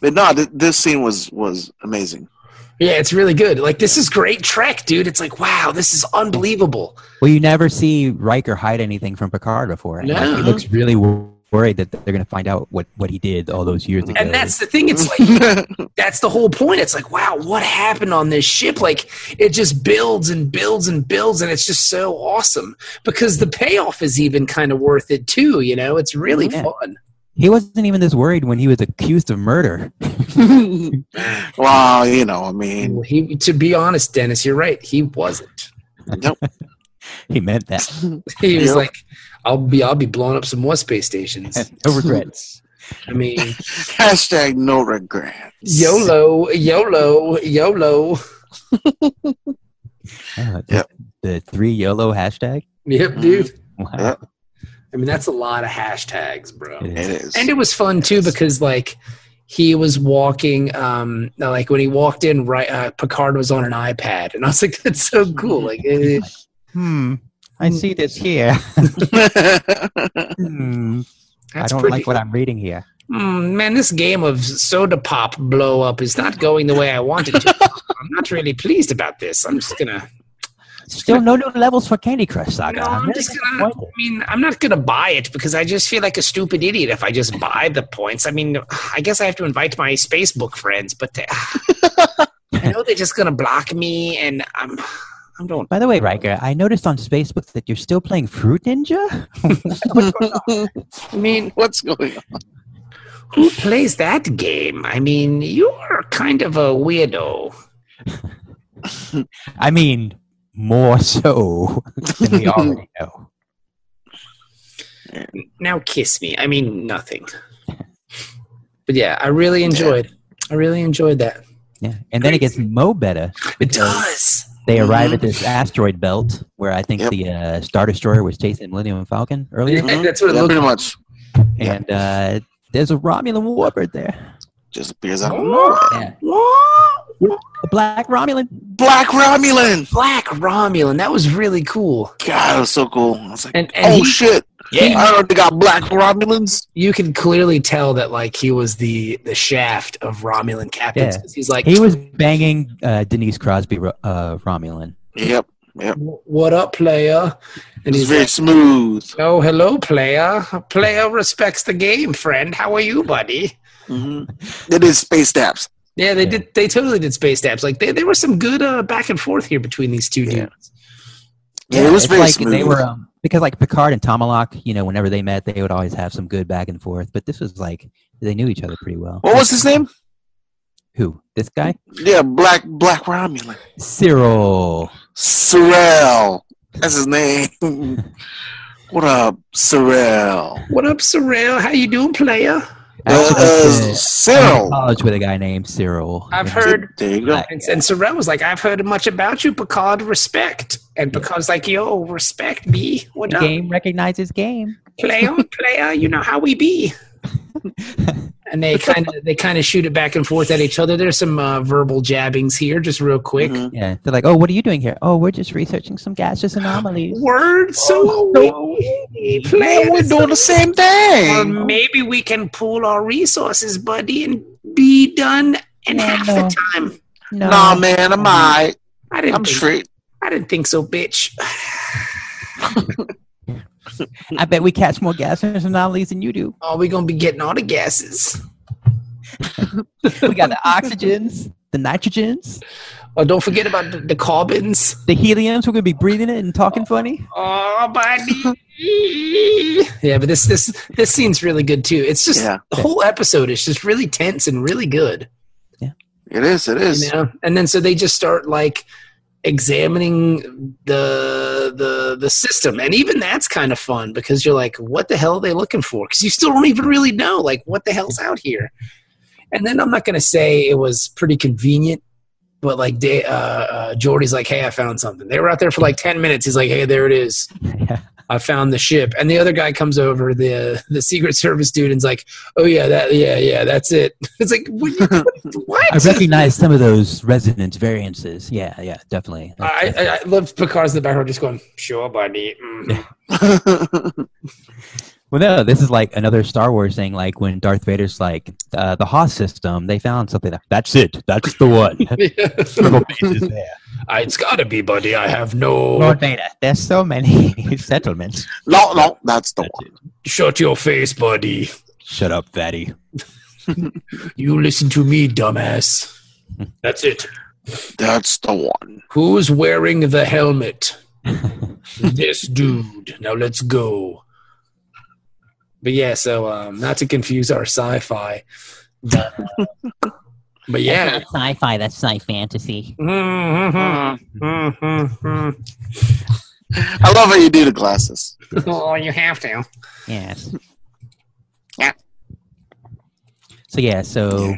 Speaker 3: but no th- this scene was was amazing
Speaker 2: yeah, it's really good. Like, this is great Trek, dude. It's like, wow, this is unbelievable.
Speaker 4: well, you never see Riker hide anything from Picard before. And, like,
Speaker 2: No.
Speaker 4: he looks really wor- worried that they're going to find out what, what he did all those years ago.
Speaker 2: And that's the thing. It's like, that's the whole point. It's like, wow, what happened on this ship? Like, it just builds and builds and builds, and it's just so awesome because the payoff is even kind of worth it, too. You know, it's really
Speaker 4: Yeah.
Speaker 2: fun.
Speaker 4: he wasn't even this worried when he was accused of murder.
Speaker 3: well you know I mean
Speaker 2: He, to be honest, Dennis, you're right. He wasn't.
Speaker 3: nope.
Speaker 4: he meant that.
Speaker 2: He was
Speaker 3: Yep.
Speaker 2: like, "I'll be, I'll be blowing up some more space stations."
Speaker 4: no regrets.
Speaker 2: I mean,
Speaker 3: hashtag no regret
Speaker 2: YOLO, YOLO, YOLO.
Speaker 4: Uh,
Speaker 3: Yep.
Speaker 4: The three YOLO hashtag.
Speaker 2: Yep, dude.
Speaker 4: Wow.
Speaker 3: Yep.
Speaker 2: I mean, that's a lot of hashtags, bro.
Speaker 4: It is.
Speaker 3: It is.
Speaker 2: And it was fun too because like he was walking, um, like when he walked in, right, uh, Picard was on an iPad, and I was like, "That's so cool!" Like, eh,
Speaker 4: Hmm. I see this here. Hmm. I
Speaker 2: that's
Speaker 4: don't
Speaker 2: pretty.
Speaker 4: like what I'm reading here.
Speaker 2: Mm, man, this game of soda pop blow up is not going the way I wanted to. I'm not really pleased about this. I'm just gonna.
Speaker 4: Still no new levels for Candy Crush Saga.
Speaker 2: No, I'm
Speaker 4: really
Speaker 2: just gonna. I
Speaker 4: disappointed.
Speaker 2: mean, I'm not gonna buy it because I just feel like a stupid idiot if I just buy the points. I mean, I guess I have to invite my Facebook friends, but they, I know they're just gonna block me, and I'm. I don't.
Speaker 4: By the way, Riker, I noticed on Facebook that you're still playing Fruit Ninja.
Speaker 2: I mean,
Speaker 3: What's going on?
Speaker 2: who plays that game? I mean, you're kind of a weirdo.
Speaker 4: I mean, more so than we already know.
Speaker 2: Now kiss me. I mean, nothing. But yeah, I really enjoyed. I really enjoyed that.
Speaker 4: Yeah, and then it gets mo better.
Speaker 2: It does. Mm-hmm.
Speaker 4: They arrive at this asteroid belt where I think
Speaker 3: Yep.
Speaker 4: the uh, Star Destroyer was chasing Millennium Falcon earlier,
Speaker 2: That's what it
Speaker 3: Yeah,
Speaker 2: looked
Speaker 3: pretty much.
Speaker 4: and uh, there's a Romulan warbird there.
Speaker 3: just appears out of nowhere.
Speaker 4: Yeah. A black Romulan.
Speaker 3: Black Romulan.
Speaker 2: Black Romulan. That was really cool.
Speaker 3: God, it was so cool. I was like,
Speaker 2: And- and
Speaker 3: oh
Speaker 2: he-
Speaker 3: shit!
Speaker 2: Yeah.
Speaker 3: I already got black Romulans.
Speaker 2: You can clearly tell that like he was the the shaft of Romulan captains.
Speaker 4: Yeah.
Speaker 2: 'cause He's like,
Speaker 4: He was banging uh, Denise Crosby Ro- uh, Romulan.
Speaker 3: Yep,
Speaker 2: "What up, player?"
Speaker 3: it
Speaker 2: And
Speaker 3: was
Speaker 2: he's
Speaker 3: very
Speaker 2: like,
Speaker 3: smooth.
Speaker 2: "Oh, hello, player. Player respects the game, friend. How are you, buddy?"
Speaker 3: hmm It is space daps.
Speaker 2: Yeah, they
Speaker 4: Yeah.
Speaker 2: did. They totally did space dabs. Like they, there was some good uh, back and forth here between these two
Speaker 3: Yeah.
Speaker 2: dudes.
Speaker 3: Yeah, it was
Speaker 4: it's
Speaker 3: very
Speaker 4: like
Speaker 3: smooth.
Speaker 4: They were um, because like Picard and Tomalak, you know, whenever they met, they would always have some good back and forth. But this was like they knew each other pretty well.
Speaker 3: what was his name?
Speaker 4: Who? This guy?
Speaker 3: Yeah, black black Romulan.
Speaker 4: Cyril.
Speaker 3: Sorrel. That's his name. what up, Sorrel?
Speaker 2: What up, Sorrel? How you doing, player?
Speaker 4: I actually went
Speaker 3: Uh,
Speaker 4: to- I went to
Speaker 3: Cyril.
Speaker 4: college with a guy named Cyril.
Speaker 2: I've
Speaker 4: Yeah.
Speaker 2: heard.
Speaker 3: There you go.
Speaker 2: And, and Sorrel was like, "I've heard much about you, Picard. Respect." And Picard's like, "Yo, respect, B. What
Speaker 4: The
Speaker 2: up,
Speaker 4: game recognizes game.
Speaker 2: player? player? You know how we be." and they kind of they kind of shoot it back and forth at each other. There's some uh, verbal jabbings here, just real quick.
Speaker 3: Mhm.
Speaker 4: Yeah, they're like, "Oh, what are you doing here? Oh, we're just researching some gaseous anomalies."
Speaker 2: Word, so we
Speaker 3: Man,
Speaker 2: Oh, play.
Speaker 3: we're doing the same
Speaker 2: Or
Speaker 3: thing.
Speaker 2: maybe we can pool our resources, buddy, and be done in
Speaker 4: Yeah,
Speaker 2: half
Speaker 4: no.
Speaker 2: the time.
Speaker 4: No,
Speaker 3: Nah, man, I'm alright.
Speaker 2: I didn't.
Speaker 3: I'm
Speaker 2: think,
Speaker 3: straight.
Speaker 2: I didn't think so, bitch.
Speaker 4: I bet we catch more gaseous anomalies than you do.
Speaker 2: Oh, we gonna be getting all the gases.
Speaker 4: We got the oxygens, the nitrogens,
Speaker 2: Oh, don't forget about the, the carbons.
Speaker 4: the heliums. We're gonna be breathing it and talking funny.
Speaker 2: Oh, buddy. yeah, but this this this scene's really good too. It's just
Speaker 3: Yeah.
Speaker 2: the whole episode is just really tense and really good.
Speaker 3: It is. It is.
Speaker 2: you know and then so they just start like examining the the the system and even that's kind of fun because you're like what the hell are they looking for because you still don't even really know like what the hell's out here and then i'm not going to say it was pretty convenient but like they, uh, uh jordy's like hey i found something they were out there for like 10 minutes he's like hey there it is
Speaker 4: Yeah.
Speaker 2: i found the ship and the other guy comes over the the secret service dude and's like oh yeah that yeah yeah that's it it's like what, what?
Speaker 4: I recognize some of those resonance variances. Yeah, yeah, definitely.
Speaker 2: I,
Speaker 4: That's-
Speaker 2: I, I loved Picard's in the background just going, sure, buddy. Mm.
Speaker 4: Well, no, this is like another Star Wars thing. Like when Darth Vader's like uh, the Haas system, they found something. That's it. That's the one. Triple base is there.
Speaker 2: I- it's got to be, buddy. I have no.
Speaker 4: Lord Vader, there's so many settlements.
Speaker 3: no, no, that's the one.
Speaker 2: Shut your face, buddy.
Speaker 4: Shut up, fatty.
Speaker 2: You listen to me, dumbass. That's it.
Speaker 3: That's the one.
Speaker 2: Who's wearing the helmet? this dude. Now let's go. But yeah, so um, not to confuse our sci-fi. uh, but yeah,
Speaker 4: That's not sci-fi. That's sci-fantasy.
Speaker 2: oh,
Speaker 3: I love how you do the glasses.
Speaker 2: you have to.
Speaker 4: Yes.
Speaker 3: Yeah.
Speaker 4: So yeah, so
Speaker 3: Yeah.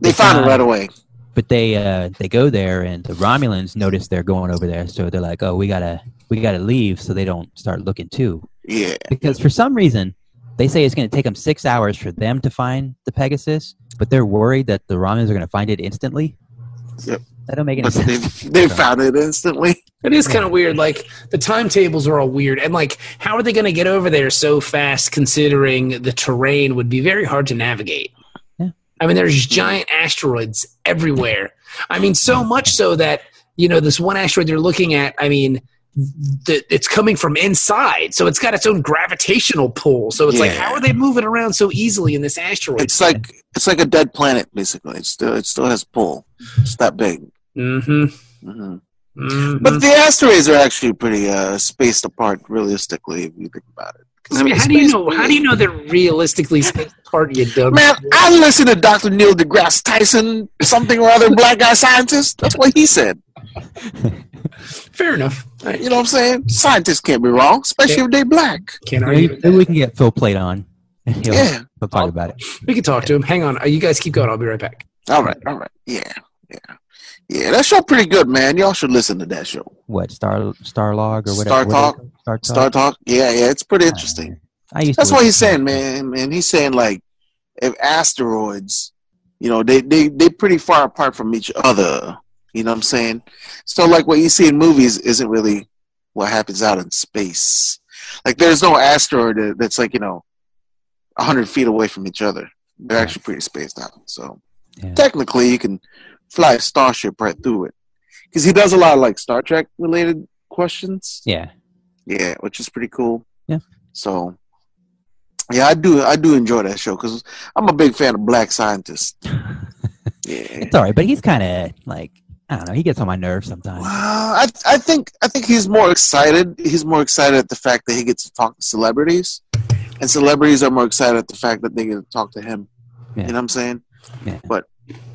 Speaker 3: They found it right away.
Speaker 4: but they uh, they go there and the Romulans notice they're going over there, so they're like, oh, we gotta we gotta leave, so they don't start looking too.
Speaker 3: Yeah.
Speaker 4: because for some reason they say it's going to take them six hours for them to find the Pegasus, but they're worried that the Romulans are going to find it instantly.
Speaker 3: Yep.
Speaker 4: That don't make any
Speaker 3: But they,
Speaker 4: sense.
Speaker 3: they found it instantly.
Speaker 2: It is kind of weird. Like the timetables are all weird, and like how are they going to get over there so fast? Considering the terrain would be very hard to navigate.
Speaker 4: Yeah.
Speaker 2: I mean, there's giant asteroids everywhere. I mean, so much so that you know this one asteroid they're looking at. I mean, the, it's coming from inside, so it's got its own gravitational pull. So it's like,
Speaker 3: Yeah.
Speaker 2: how are they moving around so easily in this asteroid?
Speaker 3: It's like it's like a dead planet, basically. It still it still has pull. It's that big.
Speaker 2: mm-hmm.
Speaker 3: hmm
Speaker 2: mm-hmm.
Speaker 3: But the asteroids are actually pretty uh, spaced apart, realistically, if you think about it. 'Cause
Speaker 2: I mean, how do you
Speaker 3: space-
Speaker 2: know? How do you know they're realistically part you dumb?
Speaker 3: Man, I listened to Dr. Neil deGrasse Tyson, something or other, black guy scientist. That's what he said.
Speaker 2: Fair enough.
Speaker 3: You know what I'm saying? Scientists can't be wrong, especially if they're black.
Speaker 2: Can't argue.
Speaker 4: Maybe,
Speaker 2: with
Speaker 4: maybe
Speaker 2: that.
Speaker 4: we can get Phil Plate on. and He'll,
Speaker 3: Yeah.
Speaker 4: he'll talk about it.
Speaker 2: We can talk to him. Hang on. Uh, You guys keep going. I'll be right back.
Speaker 3: All right, all right. Yeah, yeah. Yeah, that show pretty good, man. Y'all should listen to that show.
Speaker 4: What Star Starlog or whatever?
Speaker 3: Star
Speaker 4: what
Speaker 3: Talk.
Speaker 4: is it? Star Talk.
Speaker 3: Star Talk. Yeah, yeah, it's pretty interesting.
Speaker 4: I used to
Speaker 3: That's what
Speaker 4: listen
Speaker 3: he's
Speaker 4: to it.
Speaker 3: saying, man. Man, he's saying like if asteroids you know, they they they pretty far apart from each other. You know what I'm saying? So like what you see in movies isn't really what happens out in space. Like there's no asteroid that- that's like you know, hundred feet away from each other. They're
Speaker 4: Yeah.
Speaker 3: actually pretty spaced out. So
Speaker 4: Yeah.
Speaker 3: technically you can fly a starship right through it because he does a lot of like star trek related questions
Speaker 4: Yeah.
Speaker 3: yeah which is pretty cool
Speaker 4: Yeah.
Speaker 3: so yeah i do i do enjoy that show because i'm a big fan of black scientists yeah
Speaker 4: It's all right, but he's kind of like I don't know. He gets on my nerves sometimes.
Speaker 3: well, I, I think I think he's more excited. He's more excited at the fact that he gets to talk to celebrities, and celebrities are more excited at the fact that they get to talk to him.
Speaker 4: Yeah.
Speaker 3: You know what I'm saying?
Speaker 4: Yeah.
Speaker 3: But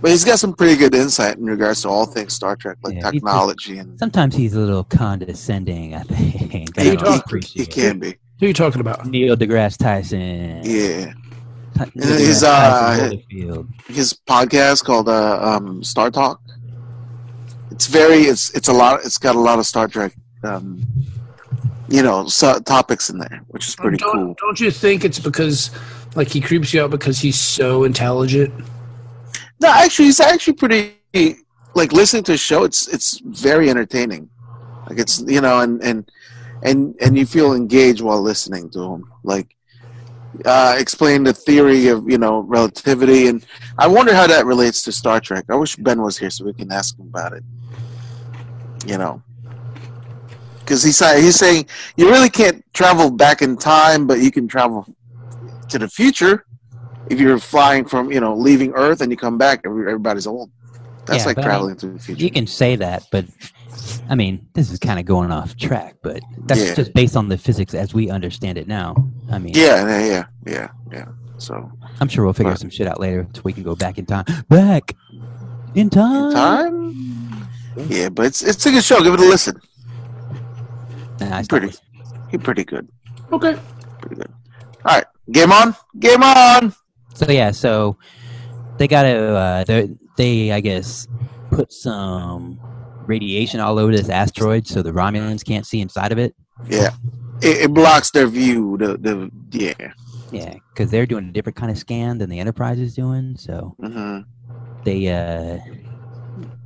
Speaker 3: but he's got some pretty good insight in regards to all things Star Trek, like
Speaker 4: Yeah, he's just-
Speaker 3: technology and
Speaker 4: Sometimes he's a little condescending. I think.
Speaker 3: He-
Speaker 4: I
Speaker 3: he-
Speaker 4: don't
Speaker 3: he
Speaker 4: appreciate.
Speaker 3: can be.
Speaker 2: Who are you talking about?
Speaker 4: Neil deGrasse Tyson.
Speaker 3: Yeah,
Speaker 4: Ty- Neil
Speaker 3: And his,
Speaker 4: deGrasse Tyson,
Speaker 3: uh,
Speaker 4: Holyfield.
Speaker 3: his podcast called uh, um, Star Talk. It's very it's it's a lot. It's got a lot of Star Trek, um, you know, so, topics in there, which is pretty
Speaker 2: don't,
Speaker 3: cool.
Speaker 2: Don't you think it's because, like, he creeps you out because he's so intelligent?
Speaker 3: No, actually, it's actually pretty. Like listening to a show, it's it's very entertaining. Like it's you know, and and and and you feel engaged while listening to him. Like uh, explain the theory of you know relativity, and I wonder how that relates to Star Trek. I wish Ben was here so we can ask him about it. You know, because he's sa- he's saying you really can't travel back in time, but you can travel to the future if you're flying from you know leaving Earth and you come back, every- everybody's old. That's
Speaker 4: Yeah,
Speaker 3: like
Speaker 4: but
Speaker 3: traveling through the future.
Speaker 4: You can say that, but I mean, this is kind of going off track. But that's
Speaker 3: Yeah.
Speaker 4: just based on the physics as we understand it now. I mean,
Speaker 3: yeah, yeah, yeah, yeah, yeah. So
Speaker 4: I'm sure we'll figure
Speaker 3: Right.
Speaker 4: some shit out later so we can go back in time. Back in time.
Speaker 3: in time. Yeah, but it's it's a good show. Give it a listen.
Speaker 4: Nah, it's not
Speaker 3: Pretty,
Speaker 4: listening.
Speaker 3: he pretty good,
Speaker 2: Okay.
Speaker 3: pretty good. All right, game on, game on.
Speaker 4: So yeah, so they got to uh, they they I guess put some radiation all over this asteroid so the Romulans can't see inside of it.
Speaker 3: Yeah, it, it blocks their view. The the yeah.
Speaker 4: Yeah, because they're doing a different kind of scan than the Enterprise is doing. So
Speaker 3: hmm
Speaker 4: they uh,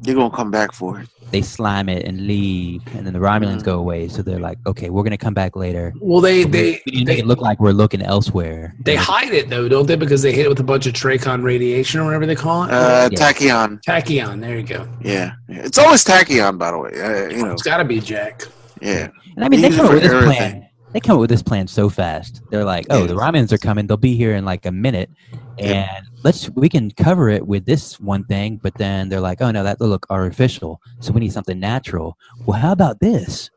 Speaker 3: They're gonna come back for it.
Speaker 4: they slime it and leave, and then the Romulans
Speaker 3: Mhm.
Speaker 4: go away. So they're like, okay, we're gonna come back later.
Speaker 2: Well, they
Speaker 4: We-
Speaker 2: they
Speaker 4: we need to make
Speaker 2: they,
Speaker 4: it look like we're looking elsewhere.
Speaker 2: they
Speaker 4: And
Speaker 2: hide it though, don't they? Because they hit it with a bunch of tracon radiation or whatever they call it.
Speaker 3: Uh,
Speaker 4: Yeah.
Speaker 3: Tachyon.
Speaker 2: Tachyon. There you go.
Speaker 3: Yeah, yeah. it's always Tachyon, by the way. Uh, you know,
Speaker 2: It's got to be Jack.
Speaker 3: yeah.
Speaker 4: And I mean, they
Speaker 3: Use it
Speaker 4: come up
Speaker 3: for
Speaker 4: with this
Speaker 3: everything.
Speaker 4: plan. They come up with this plan so fast. They're like, "Oh, the
Speaker 3: Yeah.
Speaker 4: Romulans are coming. They'll be here in like a minute, and
Speaker 3: Yeah.
Speaker 4: let's we can cover it with this one thing." But then they're like, "Oh no, that'll look artificial. So we need something natural. Well, how about this?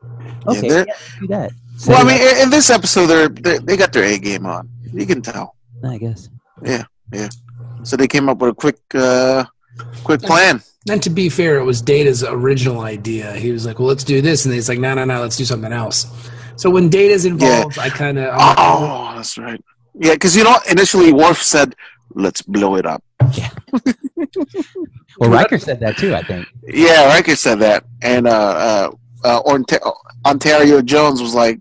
Speaker 4: Okay,
Speaker 3: they're-
Speaker 4: yeah, let's do that." So
Speaker 3: Well, I
Speaker 4: they're
Speaker 3: mean, in, in this episode, they're, they they got their A game on. You can tell.
Speaker 4: like, I guess
Speaker 3: So they came up with a quick, uh, quick plan.
Speaker 2: And to be fair, it was Data's original idea. He was like, "Well, let's do this," and he's like, "No, no, no, let's do something else." So when Data's involved, I uh, kind of
Speaker 3: Oh, that's right. Yeah, because you know, initially Worf said, "Let's blow it up."
Speaker 4: Well, Riker said that too. I think.
Speaker 3: Yeah, Riker said that, and uh, uh, uh, Onta- Ontario Jones was like,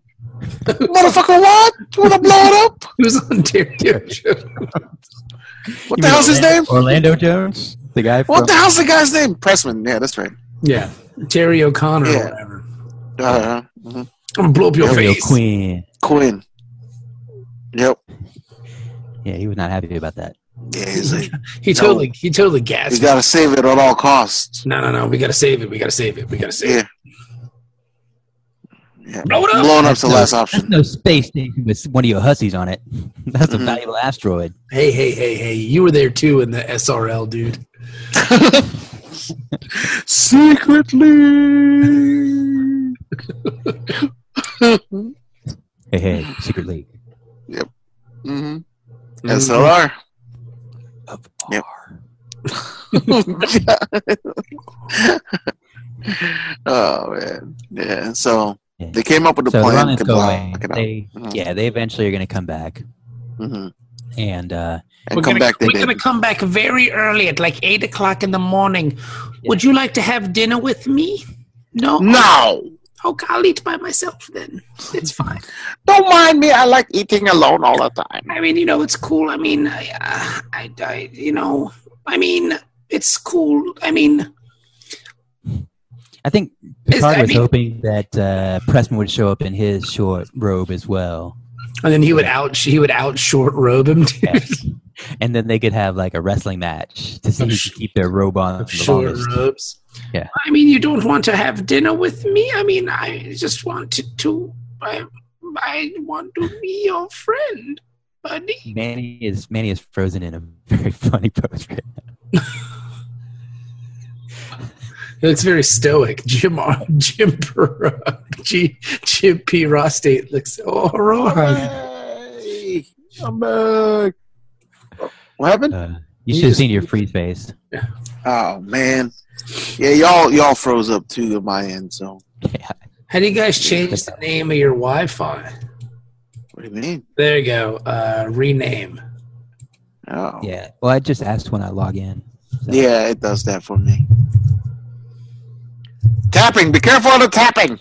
Speaker 3: "Motherfucker, what? You want to blow it up?
Speaker 2: he was on Terry Show.
Speaker 3: What the hell's his name?
Speaker 4: Orlando Jones, the guy from
Speaker 3: What the hell's the guy's name? Pressman. Yeah, that's right.
Speaker 2: Yeah, Terry O'Connor
Speaker 3: Yeah.
Speaker 2: or whatever.
Speaker 3: Uh, mhm.
Speaker 2: I'm gonna blow up your
Speaker 4: Ariel
Speaker 2: face.
Speaker 4: Queen.
Speaker 3: Quinn. Yep.
Speaker 4: Yeah, he was not happy about that.
Speaker 3: Yeah, he's like,
Speaker 2: He
Speaker 3: No.
Speaker 2: totally, he totally
Speaker 3: "We
Speaker 2: gasped.
Speaker 3: gotta save it at all costs."
Speaker 2: no, no, no. We gotta save it. We gotta save it. We gotta save
Speaker 3: Yeah.
Speaker 2: it.
Speaker 3: Yeah.
Speaker 2: Blow it up.
Speaker 3: Blowing up's the
Speaker 4: no-
Speaker 3: last option.
Speaker 4: That's no space station with one of your hussies on it. That's a
Speaker 3: Mhm.
Speaker 4: valuable asteroid.
Speaker 2: Hey, hey, hey, hey. You were there too in the SRL, dude.
Speaker 3: Secretly.
Speaker 4: Hey, hey, secretly.
Speaker 3: hmm SLR.
Speaker 4: Of
Speaker 3: Yep.
Speaker 4: R.
Speaker 3: oh man, yeah. So
Speaker 4: Yeah.
Speaker 3: they came up with a
Speaker 4: So the
Speaker 3: plan
Speaker 4: Romulans
Speaker 3: to
Speaker 4: go
Speaker 3: block
Speaker 4: away.
Speaker 3: it up,
Speaker 4: They,
Speaker 3: Mhm.
Speaker 4: yeah, they eventually are going to come back,
Speaker 3: Mhm.
Speaker 4: and uh,
Speaker 3: and
Speaker 5: we're
Speaker 3: come
Speaker 5: gonna,
Speaker 3: back. They
Speaker 5: we're
Speaker 3: did.
Speaker 5: gonna come back very early at like eight o'clock in the morning. Would you like to have dinner with me? No.
Speaker 3: No,
Speaker 5: Oh, I'll eat by myself then. It's fine.
Speaker 3: don't mind me. I like eating alone all the time.
Speaker 5: I mean, you know, it's cool. I mean, I, uh, I, I you know, I mean, it's cool. I mean,
Speaker 4: I think
Speaker 5: Is-
Speaker 4: Picard
Speaker 5: I
Speaker 4: was
Speaker 5: mean-
Speaker 4: hoping that uh, Pressman would show up in his short robe as well,
Speaker 2: And then he would out he would out short robe him. Too.
Speaker 4: Yeah. and then they could have like a wrestling match to see who could keep their robe on the
Speaker 2: short
Speaker 4: longest.
Speaker 2: robes.
Speaker 5: I mean, you don't want to have dinner with me. I mean, I just wanted to. I, I want to be your friend, buddy.
Speaker 4: Manny is Manny is frozen in a very funny pose. right now.
Speaker 2: He looks very stoic. Jim R- Jim P- G, Jim P. Rostate looks oh wrong.
Speaker 3: Hey, I'm back. What happened?
Speaker 4: Uh, you should have seen your freeze face.
Speaker 3: Oh man. Yeah, y'all y'all froze up too at my end. So
Speaker 4: Yeah.
Speaker 2: How do you guys change the name of your Wi-Fi?
Speaker 3: what do you mean?
Speaker 2: There you go. Uh, rename.
Speaker 3: Oh, yeah.
Speaker 4: yeah. Well, I just asked when I log in. so-
Speaker 3: it does that for me. Tapping. Be careful of the tapping.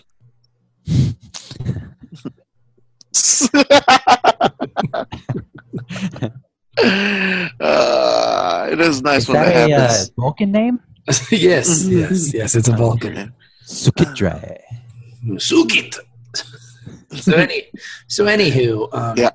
Speaker 3: uh, it is nice
Speaker 4: Is
Speaker 3: when that
Speaker 4: that a uh,
Speaker 3: happens.
Speaker 4: Vulcan name?
Speaker 2: yes,
Speaker 4: Mm-hmm.
Speaker 2: yes, yes. It's a Vulcan.
Speaker 4: Sukidra.
Speaker 2: Sukit. so any, so anywho, um,
Speaker 3: Yeah.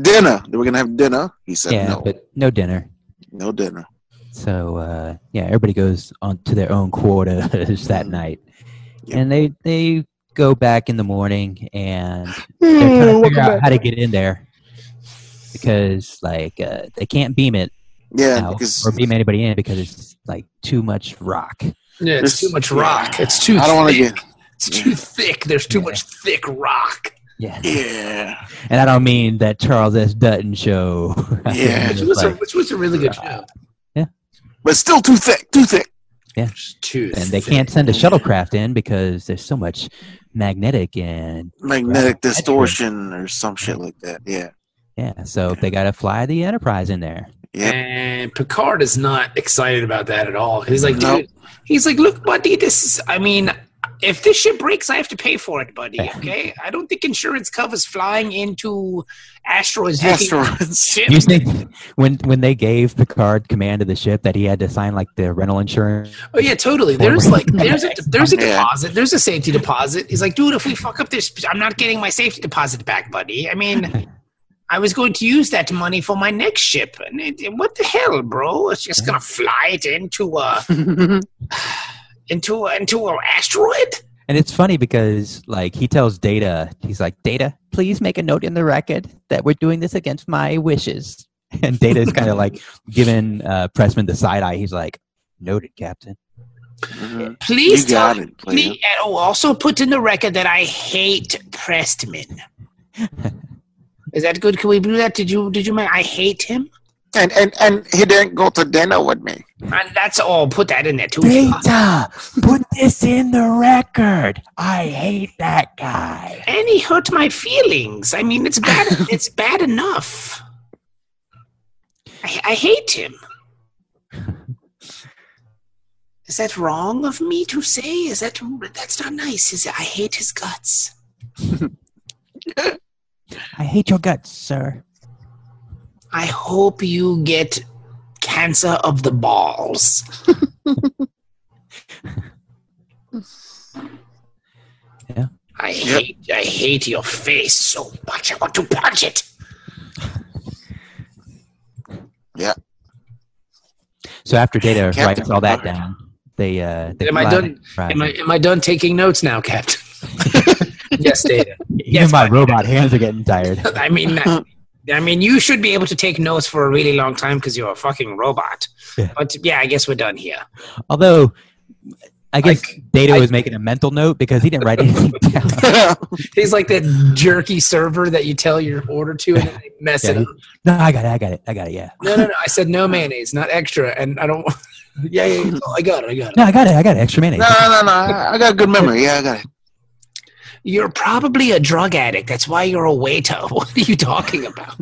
Speaker 3: dinner. They were gonna have dinner. He said
Speaker 4: Yeah,
Speaker 3: no,
Speaker 4: but no dinner.
Speaker 3: no dinner.
Speaker 4: So uh, yeah, everybody goes on to their own quarters that night,
Speaker 3: Mm-hmm. Yep.
Speaker 4: and they they go back in the morning and
Speaker 3: Hmm,
Speaker 4: they're trying to figure out how to get in there because like uh, they can't beam it
Speaker 3: Yeah,
Speaker 4: out
Speaker 3: because
Speaker 4: or beam anybody in because it's like too much rock.
Speaker 2: yeah, it's
Speaker 3: This-
Speaker 2: too much rock. It's too.
Speaker 3: I don't want to
Speaker 2: thick.
Speaker 3: get.
Speaker 2: It's too thick. There's too much thick rock.
Speaker 4: Yeah,
Speaker 3: Yeah,
Speaker 4: and I don't mean that Charles S. Dutton show. I mean,
Speaker 3: Yeah.
Speaker 4: it's
Speaker 2: Which was, a,
Speaker 4: like-
Speaker 2: which was a really good show.
Speaker 3: but still too thick. Too thick.
Speaker 2: It's too
Speaker 4: and they
Speaker 2: thick.
Speaker 4: can't send a shuttlecraft in because there's so much magnetic and
Speaker 3: Magnetic
Speaker 4: Right.
Speaker 3: distortion or some shit like that. Yeah,
Speaker 4: yeah, so they got to fly the Enterprise in there.
Speaker 3: yeah.
Speaker 2: And Picard is not excited about that at all. He's like,
Speaker 3: Nope.
Speaker 2: dude,
Speaker 5: He's like, look, buddy, this is, I mean, if this ship breaks, I have to pay for it, buddy, okay? I don't think insurance covers flying into asteroids. looking-
Speaker 3: Asteroids.
Speaker 4: Do you think when when they gave Picard command of the ship that he had to sign like the rental insurance?
Speaker 2: oh yeah, totally. There's like, there's a, there's a
Speaker 3: Yeah.
Speaker 2: deposit.
Speaker 5: deposit. There's a safety deposit. He's like, dude, if we fuck up this, I'm not getting my safety deposit back, buddy. I mean, I was going to use that money for my next ship. And it, what the hell, bro? It's just gonna fly it into a into a, into an asteroid.
Speaker 4: And it's funny because like he tells Data, he's like, Data, please make a note in the record that we're doing this against my wishes. And Data is kind of like giving uh, Pressman the side eye. He's like, noted, Captain.
Speaker 3: Mhm.
Speaker 5: Please
Speaker 3: you
Speaker 5: tell
Speaker 3: got it, player.
Speaker 5: me. and- Oh, also put in the record that I hate Prestman. Is that good? Can we do that? Did you did you man? I hate him.
Speaker 3: And and and he didn't go to dinner with me.
Speaker 5: And Uh, that's all. Put that in there too.
Speaker 4: Data, put this in the record. I hate that guy.
Speaker 5: and he hurt my feelings. I mean, it's bad. it's bad enough. I, I hate him. Is that wrong of me to say? Is that that's not nice? Is it? I hate his guts.
Speaker 4: I hate your guts, sir.
Speaker 5: I hope you get cancer of the balls.
Speaker 4: Yeah.
Speaker 5: I hate I hate your face so much. I want to punch it.
Speaker 4: So after Data
Speaker 3: Captain
Speaker 4: writes all that
Speaker 3: Picard.
Speaker 4: down, they uh, they
Speaker 2: Am I
Speaker 4: fly
Speaker 2: done-
Speaker 4: the Enterprise.
Speaker 2: Am I am I done taking notes now, Captain? yes, Data.
Speaker 4: Even my robot hands are getting tired.
Speaker 5: I mean, that- I mean, you should be able to take notes for a really long time because you're a fucking robot.
Speaker 4: Yeah.
Speaker 5: But yeah, I guess we're done here.
Speaker 4: Although, I guess Data was making a mental note because he didn't write anything down.
Speaker 2: He's like that jerky server that you tell your order to and then they mess it
Speaker 4: Yeah.
Speaker 2: up.
Speaker 4: No, I got it. I got it. I got it. Yeah.
Speaker 2: No, no, no. I said no mayonnaise, not extra. And I don't. yeah, yeah, yeah. I got it. I got it.
Speaker 4: No, I got it. I got it. Extra
Speaker 3: no,
Speaker 4: mayonnaise.
Speaker 3: no, no. I I got a good memory. Yeah, I got it.
Speaker 5: You're probably a drug addict. That's why you're a waiter. What are you talking about?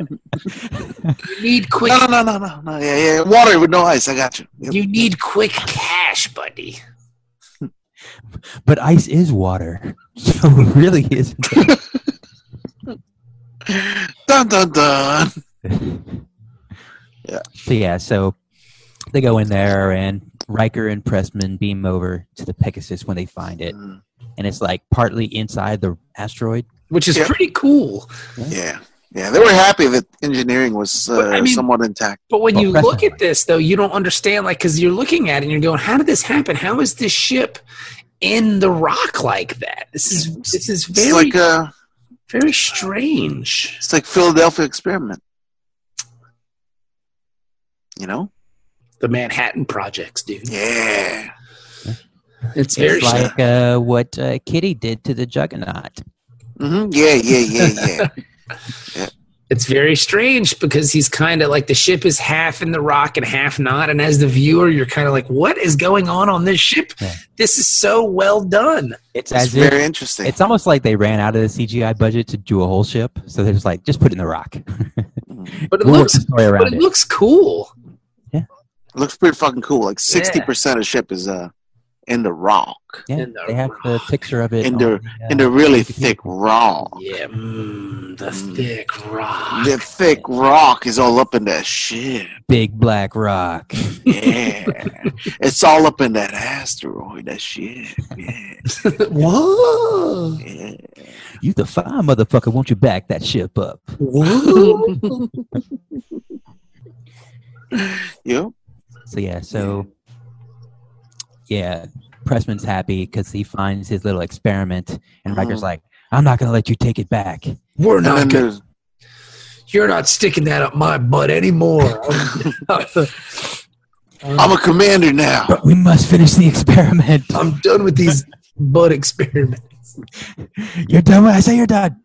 Speaker 5: you need quick.
Speaker 2: Uh,
Speaker 3: No, no, no, no, no, no. Yeah, yeah. Water with no ice. I got you. Yep.
Speaker 5: You need quick cash, buddy.
Speaker 4: But ice is water, so it really is.
Speaker 3: Dun dun dun. Yeah.
Speaker 4: So yeah, so they go in there, and Riker and Pressman beam over to the Pegasus when they find it,
Speaker 3: Mm,
Speaker 4: and it's like partly inside the asteroid.
Speaker 2: which is
Speaker 3: Yep.
Speaker 2: pretty cool.
Speaker 3: Yeah. Yeah. They were happy that engineering was uh,
Speaker 2: But, I mean-
Speaker 3: somewhat intact.
Speaker 2: But when
Speaker 4: Well,
Speaker 2: you
Speaker 4: Preston-
Speaker 2: look at this, though, you don't understand, like, because you're looking at it and you're going, "How did this happen? How is this ship in the rock like that? This is this is
Speaker 3: It's
Speaker 2: very
Speaker 3: like uh,
Speaker 2: very strange."
Speaker 3: it's like Philadelphia experiment. You know?
Speaker 2: The Manhattan Projects, dude.
Speaker 3: Yeah.
Speaker 2: It's very
Speaker 4: It's
Speaker 2: strange.
Speaker 4: like uh, what uh, Kitty did to the Juggernaut.
Speaker 3: hmm Yeah. Yeah. Yeah. Yeah.
Speaker 2: It's very strange because he's kind of like the ship is half in the rock and half not. And as the viewer, you're kind of like, what is going on on this ship?
Speaker 4: Yeah.
Speaker 2: This is so well done.
Speaker 3: it's
Speaker 4: It's as if
Speaker 3: very interesting.
Speaker 4: it's almost like they ran out of the CGI budget to do a whole ship, so they're just like, just put it in the rock.
Speaker 2: But it
Speaker 4: We'll work
Speaker 2: looks
Speaker 4: the story
Speaker 2: but it,
Speaker 4: around it.
Speaker 2: looks cool.
Speaker 3: looks pretty fucking cool. Like sixty percent of ship is uh in the rock,
Speaker 4: Yeah,
Speaker 2: in the
Speaker 4: they have the
Speaker 2: rock.
Speaker 4: picture of it
Speaker 3: In
Speaker 4: on
Speaker 3: the-
Speaker 4: uh,
Speaker 3: in the really
Speaker 4: Wikipedia.
Speaker 3: thick rock.
Speaker 2: Yeah. Mm, the
Speaker 3: Mm.
Speaker 2: thick rock.
Speaker 3: The thick rock is all up in that shit.
Speaker 4: big black rock.
Speaker 3: Yeah, it's all up in that asteroid. That shit. Yeah,
Speaker 2: Whoa.
Speaker 3: yeah.
Speaker 4: You the fine motherfucker, won't you back that ship up?
Speaker 2: Whoa.
Speaker 3: Yep.
Speaker 4: So yeah, so yeah, Pressman's happy because he finds his little experiment, and Riker's
Speaker 2: Oh.
Speaker 3: Mhm.
Speaker 4: like, "I'm not gonna let you take it back."
Speaker 5: We're
Speaker 3: And then
Speaker 5: not. Gonna,
Speaker 3: there's
Speaker 5: you're not sticking that up my butt anymore.
Speaker 3: I'm a commander now.
Speaker 4: But we must finish the experiment.
Speaker 5: I'm done with these butt experiments.
Speaker 4: You're done. With, I say you're done.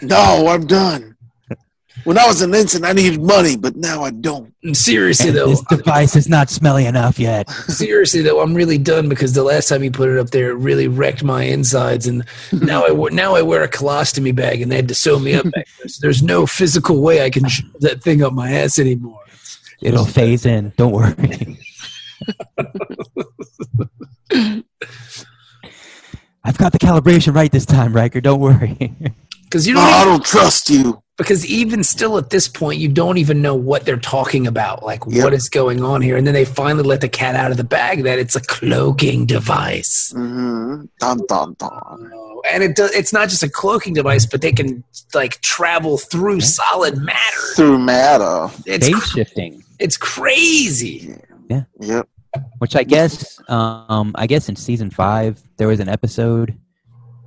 Speaker 3: No, I'm done. When I was an ensign, I needed money, but now I don't.
Speaker 5: Seriously
Speaker 4: And
Speaker 5: though,
Speaker 4: this device is not smelly enough yet.
Speaker 5: seriously though, I'm really done because the last time you put it up there, it really wrecked my insides, and now I wear, now I wear a colostomy bag, and they had to sew me up. back there. So there's no physical way I can shove that thing up my ass anymore.
Speaker 4: It'll phase in. Don't worry. I've got the calibration right this time, Riker. Don't worry.
Speaker 2: Because you
Speaker 3: No,
Speaker 2: don't
Speaker 3: I
Speaker 2: even,
Speaker 3: don't trust you.
Speaker 2: because even still at this point, you don't even know what they're talking about. Like
Speaker 3: Yep.
Speaker 2: what is going on here? And then they finally let the cat out of the bag that it's a cloaking device.
Speaker 3: hmm Dun dun dun.
Speaker 2: Oh, and it does, it's not just a cloaking device, but they can like travel through solid matter.
Speaker 3: Through matter.
Speaker 2: It's
Speaker 4: Phase
Speaker 2: cr-
Speaker 4: shifting.
Speaker 2: it's crazy.
Speaker 3: Yep.
Speaker 4: which I guess um, I guess in season five there was an episode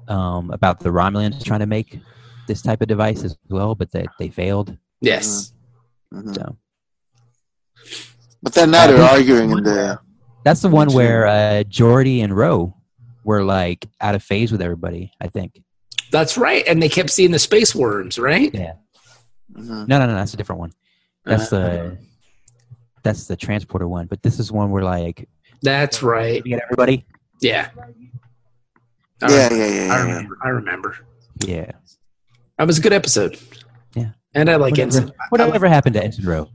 Speaker 4: um, about the Romulans trying to make this type of device as well, but they, they failed.
Speaker 2: Yes,
Speaker 3: hmm
Speaker 4: So
Speaker 3: But then now they're arguing uh, in the
Speaker 4: that's the
Speaker 3: Me
Speaker 4: one
Speaker 3: too.
Speaker 4: where uh, Geordi and Roe were like out of phase with everybody. I think.
Speaker 2: that's right. And they kept seeing the space worms, right?
Speaker 4: Yeah.
Speaker 3: Mhm.
Speaker 4: No, no, no. That's a different one. That's
Speaker 2: Uh,
Speaker 4: the that's the transporter one. But this is one where like
Speaker 2: That's right.
Speaker 4: we get everybody.
Speaker 2: Yeah. I
Speaker 3: Yeah,
Speaker 2: remember. I
Speaker 3: yeah, yeah, yeah, yeah.
Speaker 2: remember. I remember.
Speaker 4: Yeah.
Speaker 2: That was a good episode.
Speaker 4: Yeah.
Speaker 2: And I like
Speaker 4: Whatever,
Speaker 2: Ensign.
Speaker 4: whatever happened to Ensign Roe?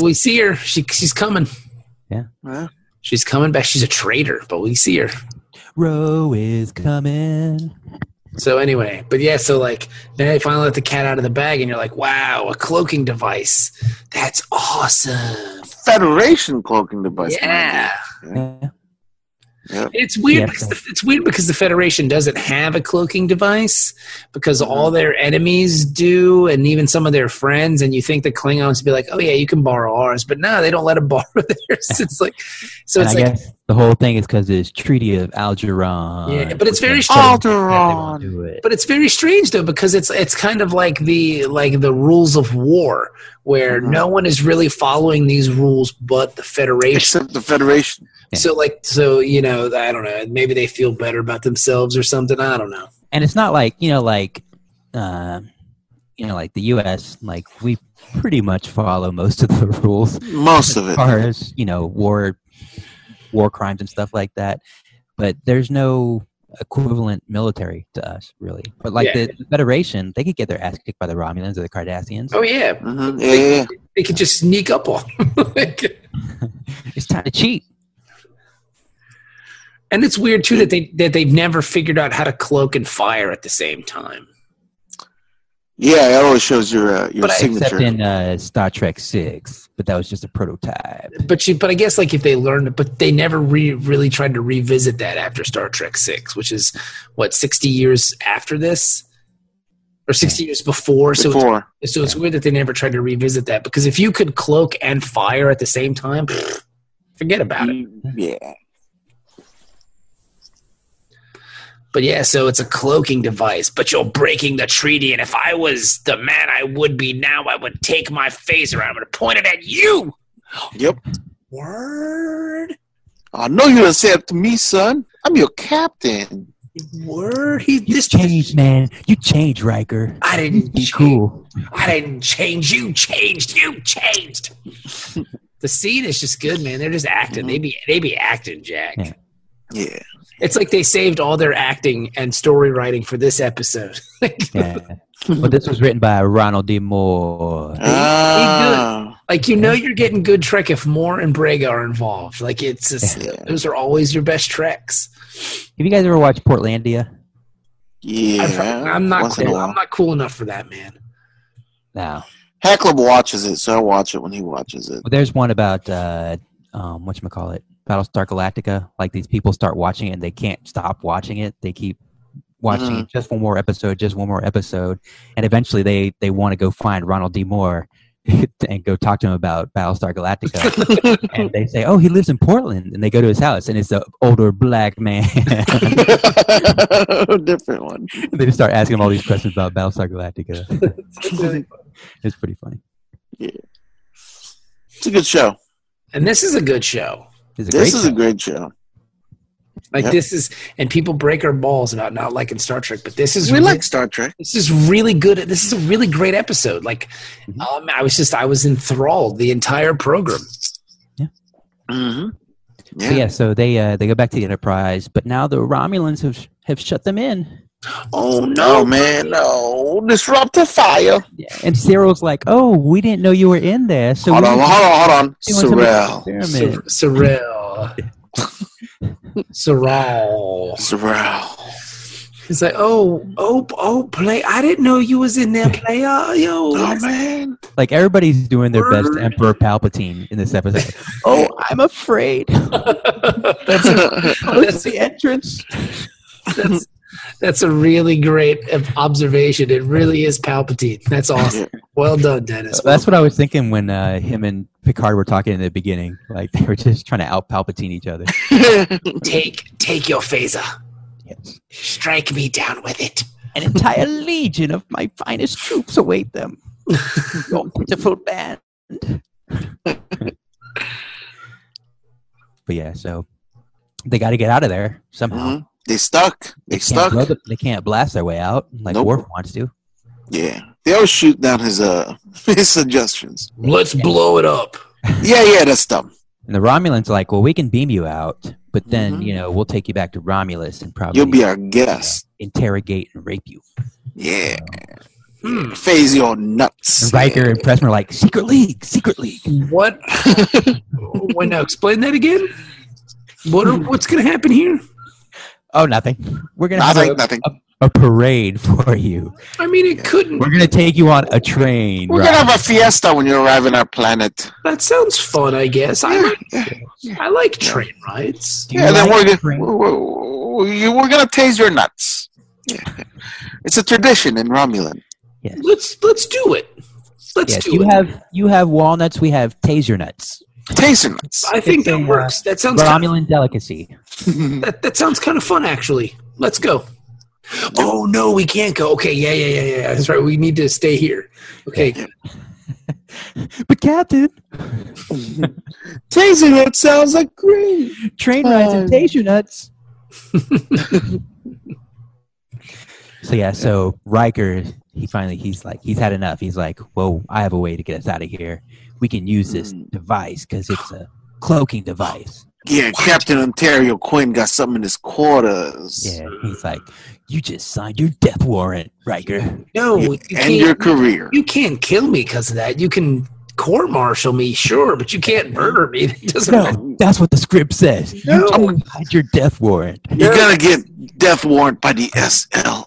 Speaker 2: We see her. She she's coming.
Speaker 3: Yeah.
Speaker 2: She's coming back. She's a traitor, but we see her.
Speaker 4: Roe is coming.
Speaker 2: So anyway, but yeah, so like now they finally let the cat out of the bag, and you're like, wow, a cloaking device. That's awesome.
Speaker 3: Federation cloaking device.
Speaker 2: yeah,
Speaker 4: Yeah.
Speaker 2: it's weird.
Speaker 4: Yeah.
Speaker 2: Because the, it's weird because the Federation doesn't have a cloaking device because all their enemies do, and even some of their friends. And you think the Klingons would be like, oh yeah, you can borrow ours, but no, they don't let them borrow theirs. It's like, so
Speaker 4: And
Speaker 2: it's
Speaker 4: I
Speaker 2: like,
Speaker 4: guess the whole thing is because it's Treaty of Algeron.
Speaker 2: Yeah, but it's
Speaker 4: which
Speaker 2: very
Speaker 4: makes
Speaker 2: strange
Speaker 4: sense that they
Speaker 3: Alderaan.
Speaker 4: won't do it.
Speaker 2: but it's very strange though because it's it's kind of like the like the rules of war where
Speaker 3: Mhm.
Speaker 2: no one is really following these rules but the federation
Speaker 3: Except the Federation.
Speaker 4: Yeah.
Speaker 2: so like so you know i don't know maybe they feel better about themselves or something i don't know
Speaker 4: and it's not like you know, like uh, you know, like the U.S. Like we pretty much follow most of the rules
Speaker 3: Most of
Speaker 4: as
Speaker 3: it.
Speaker 4: far as you know war, war crimes and stuff like that. But there's no equivalent military to us, really. But like
Speaker 2: Yeah.
Speaker 4: the, the Federation, they could get their ass kicked by the Romulans or the Cardassians.
Speaker 2: oh yeah
Speaker 3: hmm Yeah, yeah, yeah.
Speaker 2: they could just sneak up on like,
Speaker 4: It's time to cheat.
Speaker 2: and it's weird too that they that they've never figured out how to cloak and fire at the same time
Speaker 3: Yeah, it always shows your uh, your
Speaker 2: But I
Speaker 3: signature.
Speaker 4: Except in uh, Star Trek Six, but that was just a prototype.
Speaker 2: But she, but I guess like if they learned, but they never re- really tried to revisit that after Star Trek Six, which is what sixty years after this, or sixty years before. So it's
Speaker 3: before.
Speaker 2: So it's weird that they never tried to revisit that because if you could cloak and fire at the same time, pfft, forget about it.
Speaker 3: Mm-hmm. yeah.
Speaker 2: But yeah, so it's a cloaking device, but you're breaking the treaty. And if I was the man I would be now, I would take my phaser and I'm going to point it at you.
Speaker 3: Yep.
Speaker 2: Word,
Speaker 3: I know you accept me, son. I'm your captain.
Speaker 2: word. He
Speaker 4: You
Speaker 2: this.
Speaker 4: changed, man. You changed, Riker.
Speaker 2: I didn't
Speaker 4: Be
Speaker 2: change.
Speaker 4: cool.
Speaker 2: I didn't change. You changed. You changed. the scene is just good, man. They're just acting. They be they be acting, Jack.
Speaker 4: Mm-hmm. Yeah.
Speaker 3: Yeah.
Speaker 2: It's like they saved all their acting and story writing for this episode. like,
Speaker 4: Yeah. but this was written by Ronald D. Moore.
Speaker 3: Ah.
Speaker 2: like, you know, you're getting good Trek if Moore and Braga are involved. Like it's just,
Speaker 3: Yeah.
Speaker 2: those are always your best Treks.
Speaker 4: Have you guys ever watched Portlandia?
Speaker 3: Yeah.
Speaker 2: I've- I'm not
Speaker 3: Once in a
Speaker 2: cool.
Speaker 3: while.
Speaker 2: I'm not cool enough for that, man.
Speaker 4: No.
Speaker 3: Hackler watches it, so I watch it when he watches it.
Speaker 4: Well, there's one about uh, um, what you call it, Battlestar Galactica. Like these people start watching it and they can't stop watching it. They keep watching
Speaker 3: Mhm.
Speaker 4: it, just one more episode, just one more episode, and eventually they they want to go find Ronald D. Moore and go talk to him about Battlestar Galactica. and they say, "Oh, he lives in Portland," and they go to his house, and it's an older black man.
Speaker 3: Different one.
Speaker 4: they just start asking him all these questions about Battlestar Galactica. it's pretty funny.
Speaker 3: It's a good show.
Speaker 2: And this is a good show.
Speaker 4: It's a
Speaker 3: This
Speaker 4: great
Speaker 3: is a
Speaker 4: show.
Speaker 3: great show.
Speaker 2: Like
Speaker 3: Yep.
Speaker 2: this is, and people break our balls about not liking Star Trek, but this is
Speaker 3: We
Speaker 2: really-
Speaker 3: like Star Trek.
Speaker 2: this is really good. This is a really great episode. Like, um, I was just, I was enthralled the entire program.
Speaker 3: Mm-hmm.
Speaker 4: But yeah, so they uh, they go back to the Enterprise, but now the Romulans have have shut them in.
Speaker 3: Oh no, man, no! Disrupt the fire.
Speaker 4: Yeah. And Cyril's like, "Oh, we didn't know you were in there, so
Speaker 3: Hold
Speaker 4: we
Speaker 3: on, hold
Speaker 4: were
Speaker 3: on, hold on.
Speaker 4: doing
Speaker 3: Sorrel,
Speaker 4: some experiment."
Speaker 2: Sorrel. Sorrel.
Speaker 3: Sorrel.
Speaker 2: He's like, oh, oh, oh, play. I didn't know you was in there, player. Yo,
Speaker 3: Oh man.
Speaker 4: Like everybody's doing their best
Speaker 2: Word.
Speaker 4: Emperor Palpatine in this episode.
Speaker 3: Oh,
Speaker 4: I'm afraid.
Speaker 2: that's a, that's,
Speaker 4: the entrance.
Speaker 2: that's, that's a really great observation. It really is Palpatine. That's awesome. Well done, Dennis.
Speaker 4: That's what I was thinking when uh, him and Picard were talking in the beginning. Like they were just trying to out Palpatine each other.
Speaker 2: Take, take your phaser.
Speaker 4: Yes.
Speaker 2: Strike me down with it.
Speaker 4: An entire legion of my finest troops await them. Your pitiful band. but yeah, so they got to get out of there somehow.
Speaker 3: Mhm. They stuck. They
Speaker 4: Can't
Speaker 3: stuck.
Speaker 4: blow the- they can't blast their way out like
Speaker 3: Nope.
Speaker 4: Worf wants to.
Speaker 3: Yeah. They all shoot down his uh his suggestions.
Speaker 2: Let's blow it up.
Speaker 3: Yeah, yeah, that's dumb.
Speaker 4: And the Romulans are like, well, we can beam you out, but then
Speaker 3: Mhm.
Speaker 4: you know we'll take you back to Romulus and probably
Speaker 3: You'll be our guest.
Speaker 4: interrogate and rape you.
Speaker 3: Yeah.
Speaker 2: Hmm.
Speaker 3: Phase your nuts.
Speaker 4: And Riker and Pressman are like, secret league, secret league.
Speaker 2: What? Wait, now explain that again. What are, what's going to happen here?
Speaker 4: Oh, nothing. We're gonna have
Speaker 3: Nothing,
Speaker 4: a-
Speaker 3: nothing.
Speaker 4: a parade for you.
Speaker 2: I mean, it couldn't.
Speaker 4: We're gonna take you on a train.
Speaker 3: We're
Speaker 4: ride.
Speaker 3: gonna have a fiesta when you arrive on our planet.
Speaker 2: That sounds fun, I guess. I
Speaker 3: Yeah,
Speaker 2: like,
Speaker 3: yeah.
Speaker 2: I like train rides.
Speaker 4: Do you
Speaker 3: Yeah, then
Speaker 4: like
Speaker 3: we're
Speaker 4: train-
Speaker 3: gonna we're, we're, we're gonna tase your nuts. Yeah. It's a tradition in Romulan.
Speaker 4: Yes.
Speaker 2: Let's let's do it. Let's
Speaker 4: Yes,
Speaker 2: do
Speaker 4: you
Speaker 2: it.
Speaker 4: have you have walnuts. We have taser nuts.
Speaker 3: Taser nuts.
Speaker 2: I think
Speaker 4: it's uh, a,
Speaker 2: that works. That sounds kind of,
Speaker 4: Romulan delicacy.
Speaker 2: that, that sounds kind of fun, actually. Let's go. Oh no, we can't go. Okay, yeah, yeah, yeah, yeah. That's right. We need to stay here. Okay,
Speaker 4: But Captain,
Speaker 3: Taser nuts sounds like Uh, great.
Speaker 4: train rides and taser nuts. so yeah, so Riker, he finally he's like he's had enough. He's like, whoa, I have a way to get us out of here. We can use this
Speaker 3: Hmm.
Speaker 4: device because it's a cloaking device.
Speaker 3: Yeah, Captain Ontario Quinn got something in his quarters.
Speaker 4: Yeah, he's like, you just signed your death warrant, Riker.
Speaker 2: no, you
Speaker 3: And your
Speaker 2: can't.
Speaker 3: career.
Speaker 2: You can't kill me because of that. You can court martial me, sure, but you can't murder me. That doesn't.
Speaker 4: No, that's what the script says. You
Speaker 2: No.
Speaker 4: just signed your death warrant.
Speaker 3: You're gonna get death warrant by the SLR.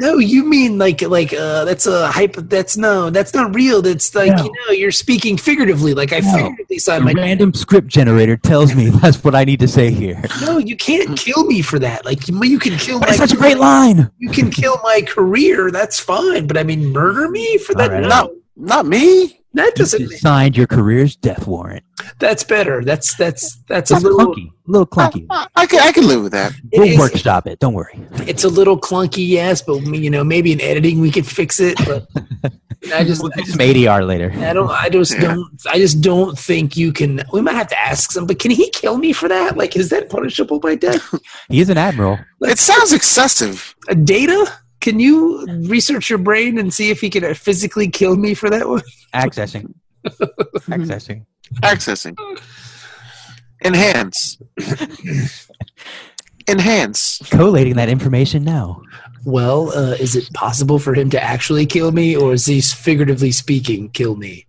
Speaker 2: No, you mean like like uh that's a hypo that's no, that's not real. That's like
Speaker 4: No.
Speaker 2: you know, you're speaking figuratively. Like I
Speaker 4: No.
Speaker 2: figuratively
Speaker 4: A
Speaker 2: signed my
Speaker 4: random script generator tells me that's what I need to say here.
Speaker 2: No, you can't kill me for that. Like you, you can kill
Speaker 4: But it's
Speaker 2: my
Speaker 4: such a great line.
Speaker 2: you can kill my career, that's fine. But I mean murder me for that?
Speaker 4: All right.
Speaker 2: No.
Speaker 3: Not me.
Speaker 2: That
Speaker 4: You
Speaker 2: doesn't
Speaker 4: just signed your career's death warrant.
Speaker 2: that's better. That's that's that's,
Speaker 4: It's
Speaker 2: a little
Speaker 4: clunky, a little clunky.
Speaker 3: I, I can I can live with that.
Speaker 2: it
Speaker 4: we'll
Speaker 2: is-
Speaker 4: workshop it. Don't worry.
Speaker 2: it's a little clunky, yes, but you know, maybe in editing we could fix it. But I just
Speaker 4: We'll do some ADR later.
Speaker 2: I don't. I just don't. I just don't think you can. We might have to ask some. But can he kill me for that? Like, is that punishable by death?
Speaker 4: He is an admiral.
Speaker 3: It sounds excessive.
Speaker 2: A data? Can you research your brain and see if he can uh, physically kill me for that one?
Speaker 4: Accessing. Accessing.
Speaker 3: Accessing. Enhance. Enhance.
Speaker 4: Collating that information now.
Speaker 2: Well, uh, is it possible for him to actually kill me, or is he figuratively speaking kill me?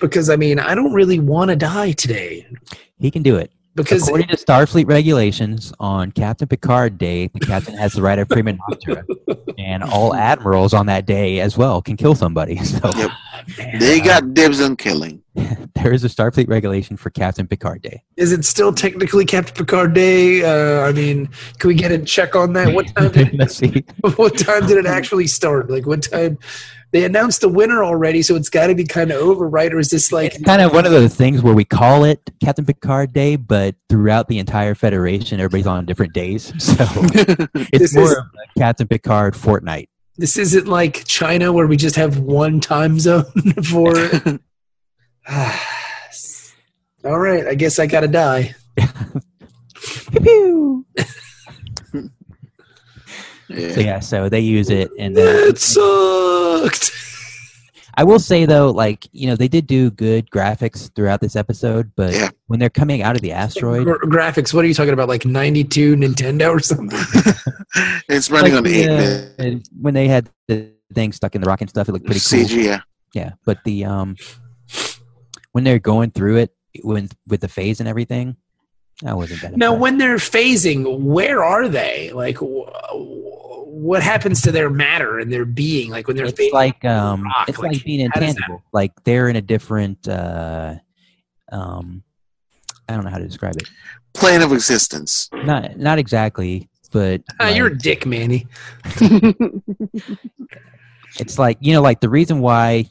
Speaker 2: because I mean, I don't really want to die today.
Speaker 4: He can do it.
Speaker 2: Because
Speaker 4: According to Starfleet regulations, on Captain Picard Day, the captain has the right of prima noctura, and all admirals on that day as well can kill somebody. So
Speaker 3: Yep. They got dibs on killing.
Speaker 4: there is a Starfleet regulation for Captain Picard Day.
Speaker 2: is it still technically Captain Picard Day? Uh, I mean, can we get a check on that? What time did
Speaker 4: Let's see.
Speaker 2: what time did it actually start? Like what time they announced the winner already, so it's got to be kind of over, right? Or is this like
Speaker 4: It's kind of one of those things where we call it Captain Picard Day, but throughout the entire Federation, everybody's on different days. So
Speaker 2: This
Speaker 4: it's more
Speaker 2: is-
Speaker 4: of a Captain Picard Fortnite.
Speaker 2: this isn't like China where we just have one time zone for? All right, I guess I gotta die.
Speaker 4: So
Speaker 3: Yeah.
Speaker 4: yeah, so they use it, and then
Speaker 2: That sucked.
Speaker 4: I will say though, like you know, they did do good graphics throughout this episode, but
Speaker 3: Yeah.
Speaker 4: when they're coming out of the asteroid,
Speaker 2: Gra- graphics. What are you talking about? Like ninety-two Nintendo or something?
Speaker 3: It's running
Speaker 4: like
Speaker 3: on
Speaker 4: the,
Speaker 3: eight
Speaker 4: uh,
Speaker 3: bit
Speaker 4: when they had the thing stuck in the rocket and stuff, it looked pretty cool.
Speaker 3: CGI.
Speaker 4: Yeah, but the um, when they're going through it, when with the phase and everything, that wasn't that.
Speaker 2: Now,
Speaker 4: impressive.
Speaker 2: when they're phasing, where are they? Like, wh- wh- what happens to their matter and their being? Like when they're phasing?
Speaker 4: it's like um,
Speaker 2: rock,
Speaker 4: it's
Speaker 2: like,
Speaker 4: like being
Speaker 2: how does that-
Speaker 4: intangible. Like they're in a different uh, um, I don't know how to describe it.
Speaker 3: Plane of existence.
Speaker 4: Not not exactly, but
Speaker 2: Ah,
Speaker 4: like-
Speaker 2: you're a dick, Manny.
Speaker 4: it's like you know like the reason why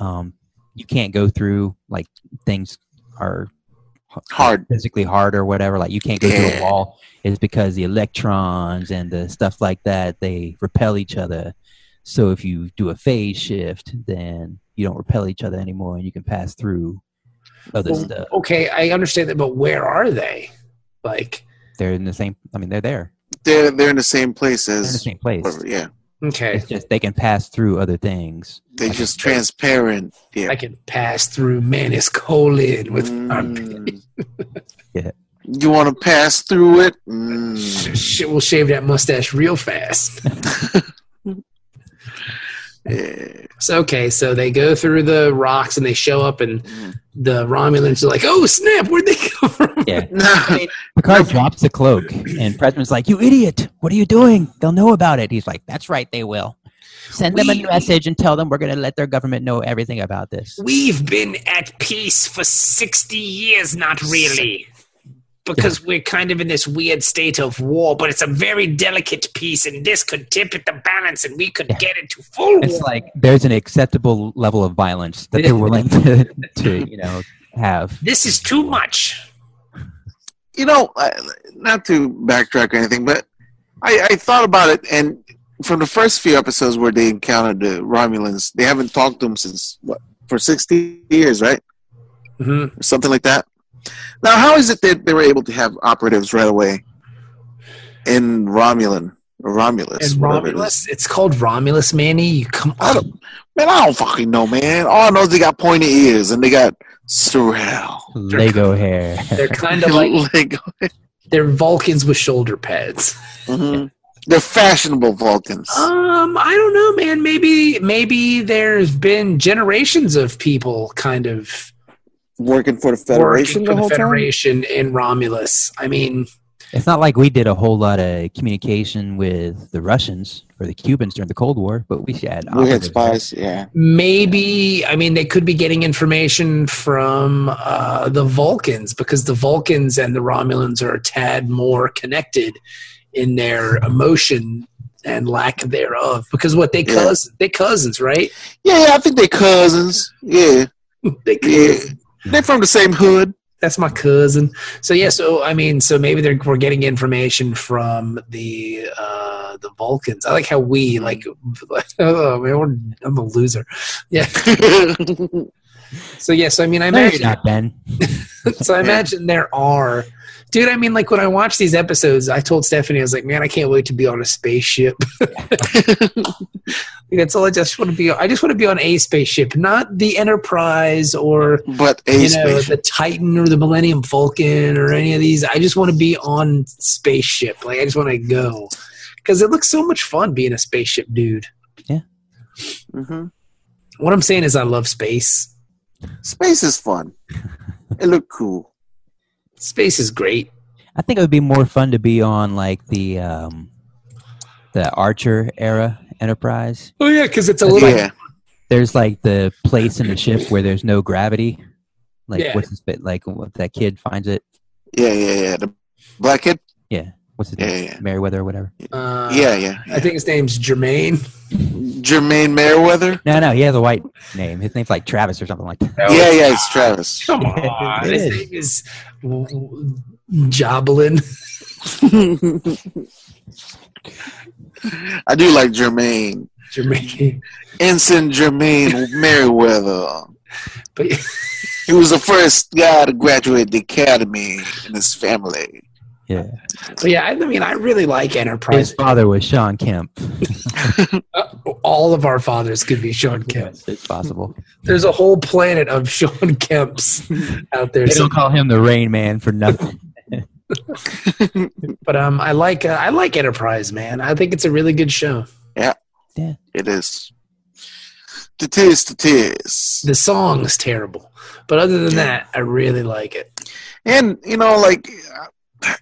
Speaker 4: um you can't go through like things are h-
Speaker 3: Hard.
Speaker 4: physically hard or whatever like you can't go through
Speaker 3: Yeah.
Speaker 4: a wall is because the electrons and the stuff like that they repel each other so if you do a phase shift then you don't repel each other anymore and you can pass through other
Speaker 2: Well,
Speaker 4: stuff
Speaker 2: okay, I understand that, but where are they? Like,
Speaker 4: they're in the same i mean they're there
Speaker 3: They're they're in the same place
Speaker 4: they're in the
Speaker 3: as
Speaker 4: same place
Speaker 3: whatever, yeah.
Speaker 2: okay,
Speaker 4: it's just they can pass through other things
Speaker 3: They're just transparent. Yeah.
Speaker 2: I can pass through Manus colon with
Speaker 3: Mm.
Speaker 4: Yeah.
Speaker 3: You want to pass through it? Mm.
Speaker 2: Sh- sh- we'll shave that mustache real fast.
Speaker 3: Yeah.
Speaker 2: so okay, so they go through the rocks and they show up, and
Speaker 3: Mm.
Speaker 2: the Romulans are like, "Oh snap, where'd they come from?"
Speaker 4: yeah
Speaker 3: No.
Speaker 4: Picard drops the cloak, and Pressman's like, "You idiot! What are you doing? They'll know about it." He's like, "That's right, they will. Send them
Speaker 2: We-
Speaker 4: a message and tell them we're going to let their government know everything about this."
Speaker 2: We've been at peace for 60 years, not really. Because we're kind of in this weird state of war, but it's a very delicate peace, and this could tip at the balance, and we could
Speaker 4: Yeah.
Speaker 2: get into full
Speaker 4: It's
Speaker 2: war.
Speaker 4: like there's an acceptable level of violence that they're willing to, to you know, have.
Speaker 2: This is too much.
Speaker 3: you know, I- not to backtrack or anything, but I, I thought about it, and from the first few episodes where they encountered the Romulans, they haven't talked to them since what for sixty years, right,
Speaker 4: Mm-hmm.
Speaker 2: Mhm.
Speaker 3: or something like that. Now, how is it that they were able to have operatives right away in Romulan or Romulus?
Speaker 2: And
Speaker 3: whatever it is?
Speaker 2: Romulus, it's called Romulus, Manny. You come
Speaker 3: I don't, man, I don't fucking know, man. All I know is they got pointy ears and they got Sorrel.
Speaker 4: Lego hair.
Speaker 2: They're kind of like
Speaker 3: Like,
Speaker 2: they're Vulcans with shoulder pads.
Speaker 3: mhm. They're fashionable Vulcans.
Speaker 2: Um, I don't know, man. Maybe maybe there's been generations of people kind of
Speaker 3: working for the
Speaker 2: working for the Federation in Romulus. I mean,
Speaker 4: It's not like we did a whole lot of communication with the Russians or the Cubans during the Cold War, but we had
Speaker 3: We had
Speaker 4: operatives there.
Speaker 3: spies. Yeah.
Speaker 2: Maybe I mean they could be getting information from uh, the Vulcans because the Vulcans and the Romulans are a tad more connected in their emotion and lack thereof. Because what they
Speaker 3: Yeah.
Speaker 2: cous they cousins, right?
Speaker 3: Yeah, I think they're cousins. Yeah.
Speaker 2: They
Speaker 3: Yeah.
Speaker 2: cousins.
Speaker 3: They're from the same hood.
Speaker 2: That's my cousin. So yeah, so I mean, so maybe they're we're getting information from the uh, the Vulcans. I like how we like. Oh man, we're, I'm a loser. Yeah. So yes, I mean, I
Speaker 4: No, you're
Speaker 2: imagine.
Speaker 4: not, Ben.
Speaker 2: so I imagine there are. Dude, I mean, like when I watch these episodes, I told Stephanie, I was like, man, I can't wait to be on a spaceship. That's all I just want to be. on. I just want to be on a spaceship, not the Enterprise or
Speaker 3: but a
Speaker 2: you know
Speaker 3: spaceship.
Speaker 2: the Titan or the Millennium Falcon or any of these. I just want to be on spaceship. Like I just want to go because it looks so much fun being a spaceship dude.
Speaker 3: hmm
Speaker 2: What I'm saying is, I love space.
Speaker 3: Space is fun. It looked cool.
Speaker 2: Space is great.
Speaker 4: I think it would be more fun to be on like the um, the Archer era Enterprise.
Speaker 2: Oh yeah, because it's a little.
Speaker 3: Yeah.
Speaker 4: There's like the place in the ship where there's no gravity. Like
Speaker 2: Yeah.
Speaker 4: what's his bit like what that kid finds it?
Speaker 3: Yeah, yeah, yeah. The black kid.
Speaker 4: What's his
Speaker 3: Yeah,
Speaker 4: name?
Speaker 3: yeah.
Speaker 4: Merriweather or whatever.
Speaker 2: Uh,
Speaker 3: yeah, yeah.
Speaker 2: I think his name's Jermaine.
Speaker 3: Jermaine Merriweather.
Speaker 4: No, no, he has a white name. His name's like Travis or something like that.
Speaker 3: Yeah, yeah. It's Travis.
Speaker 2: Come
Speaker 4: on.
Speaker 2: on, his name is w- w- Joblin.
Speaker 3: I do like Jermaine.
Speaker 2: Jermaine,
Speaker 3: Ensign Jermaine Merriweather.
Speaker 2: but
Speaker 3: He was the first guy to graduate the academy in his family.
Speaker 4: Yeah.
Speaker 2: but yeah, I mean, I really like
Speaker 4: His
Speaker 2: Enterprise.
Speaker 4: father was Sean Kemp.
Speaker 2: All of our fathers could be Sean Kemp.
Speaker 4: It's possible.
Speaker 2: There's a whole planet of Sean Kemps out there.
Speaker 4: They
Speaker 2: So,
Speaker 4: don't call him the Rain Man for nothing.
Speaker 2: but um, I like uh, I like Enterprise, man. I think it's a really good show.
Speaker 3: It is. The tis, the tis.
Speaker 2: The song's terrible, but other than that, I really like it.
Speaker 3: And, you know, like,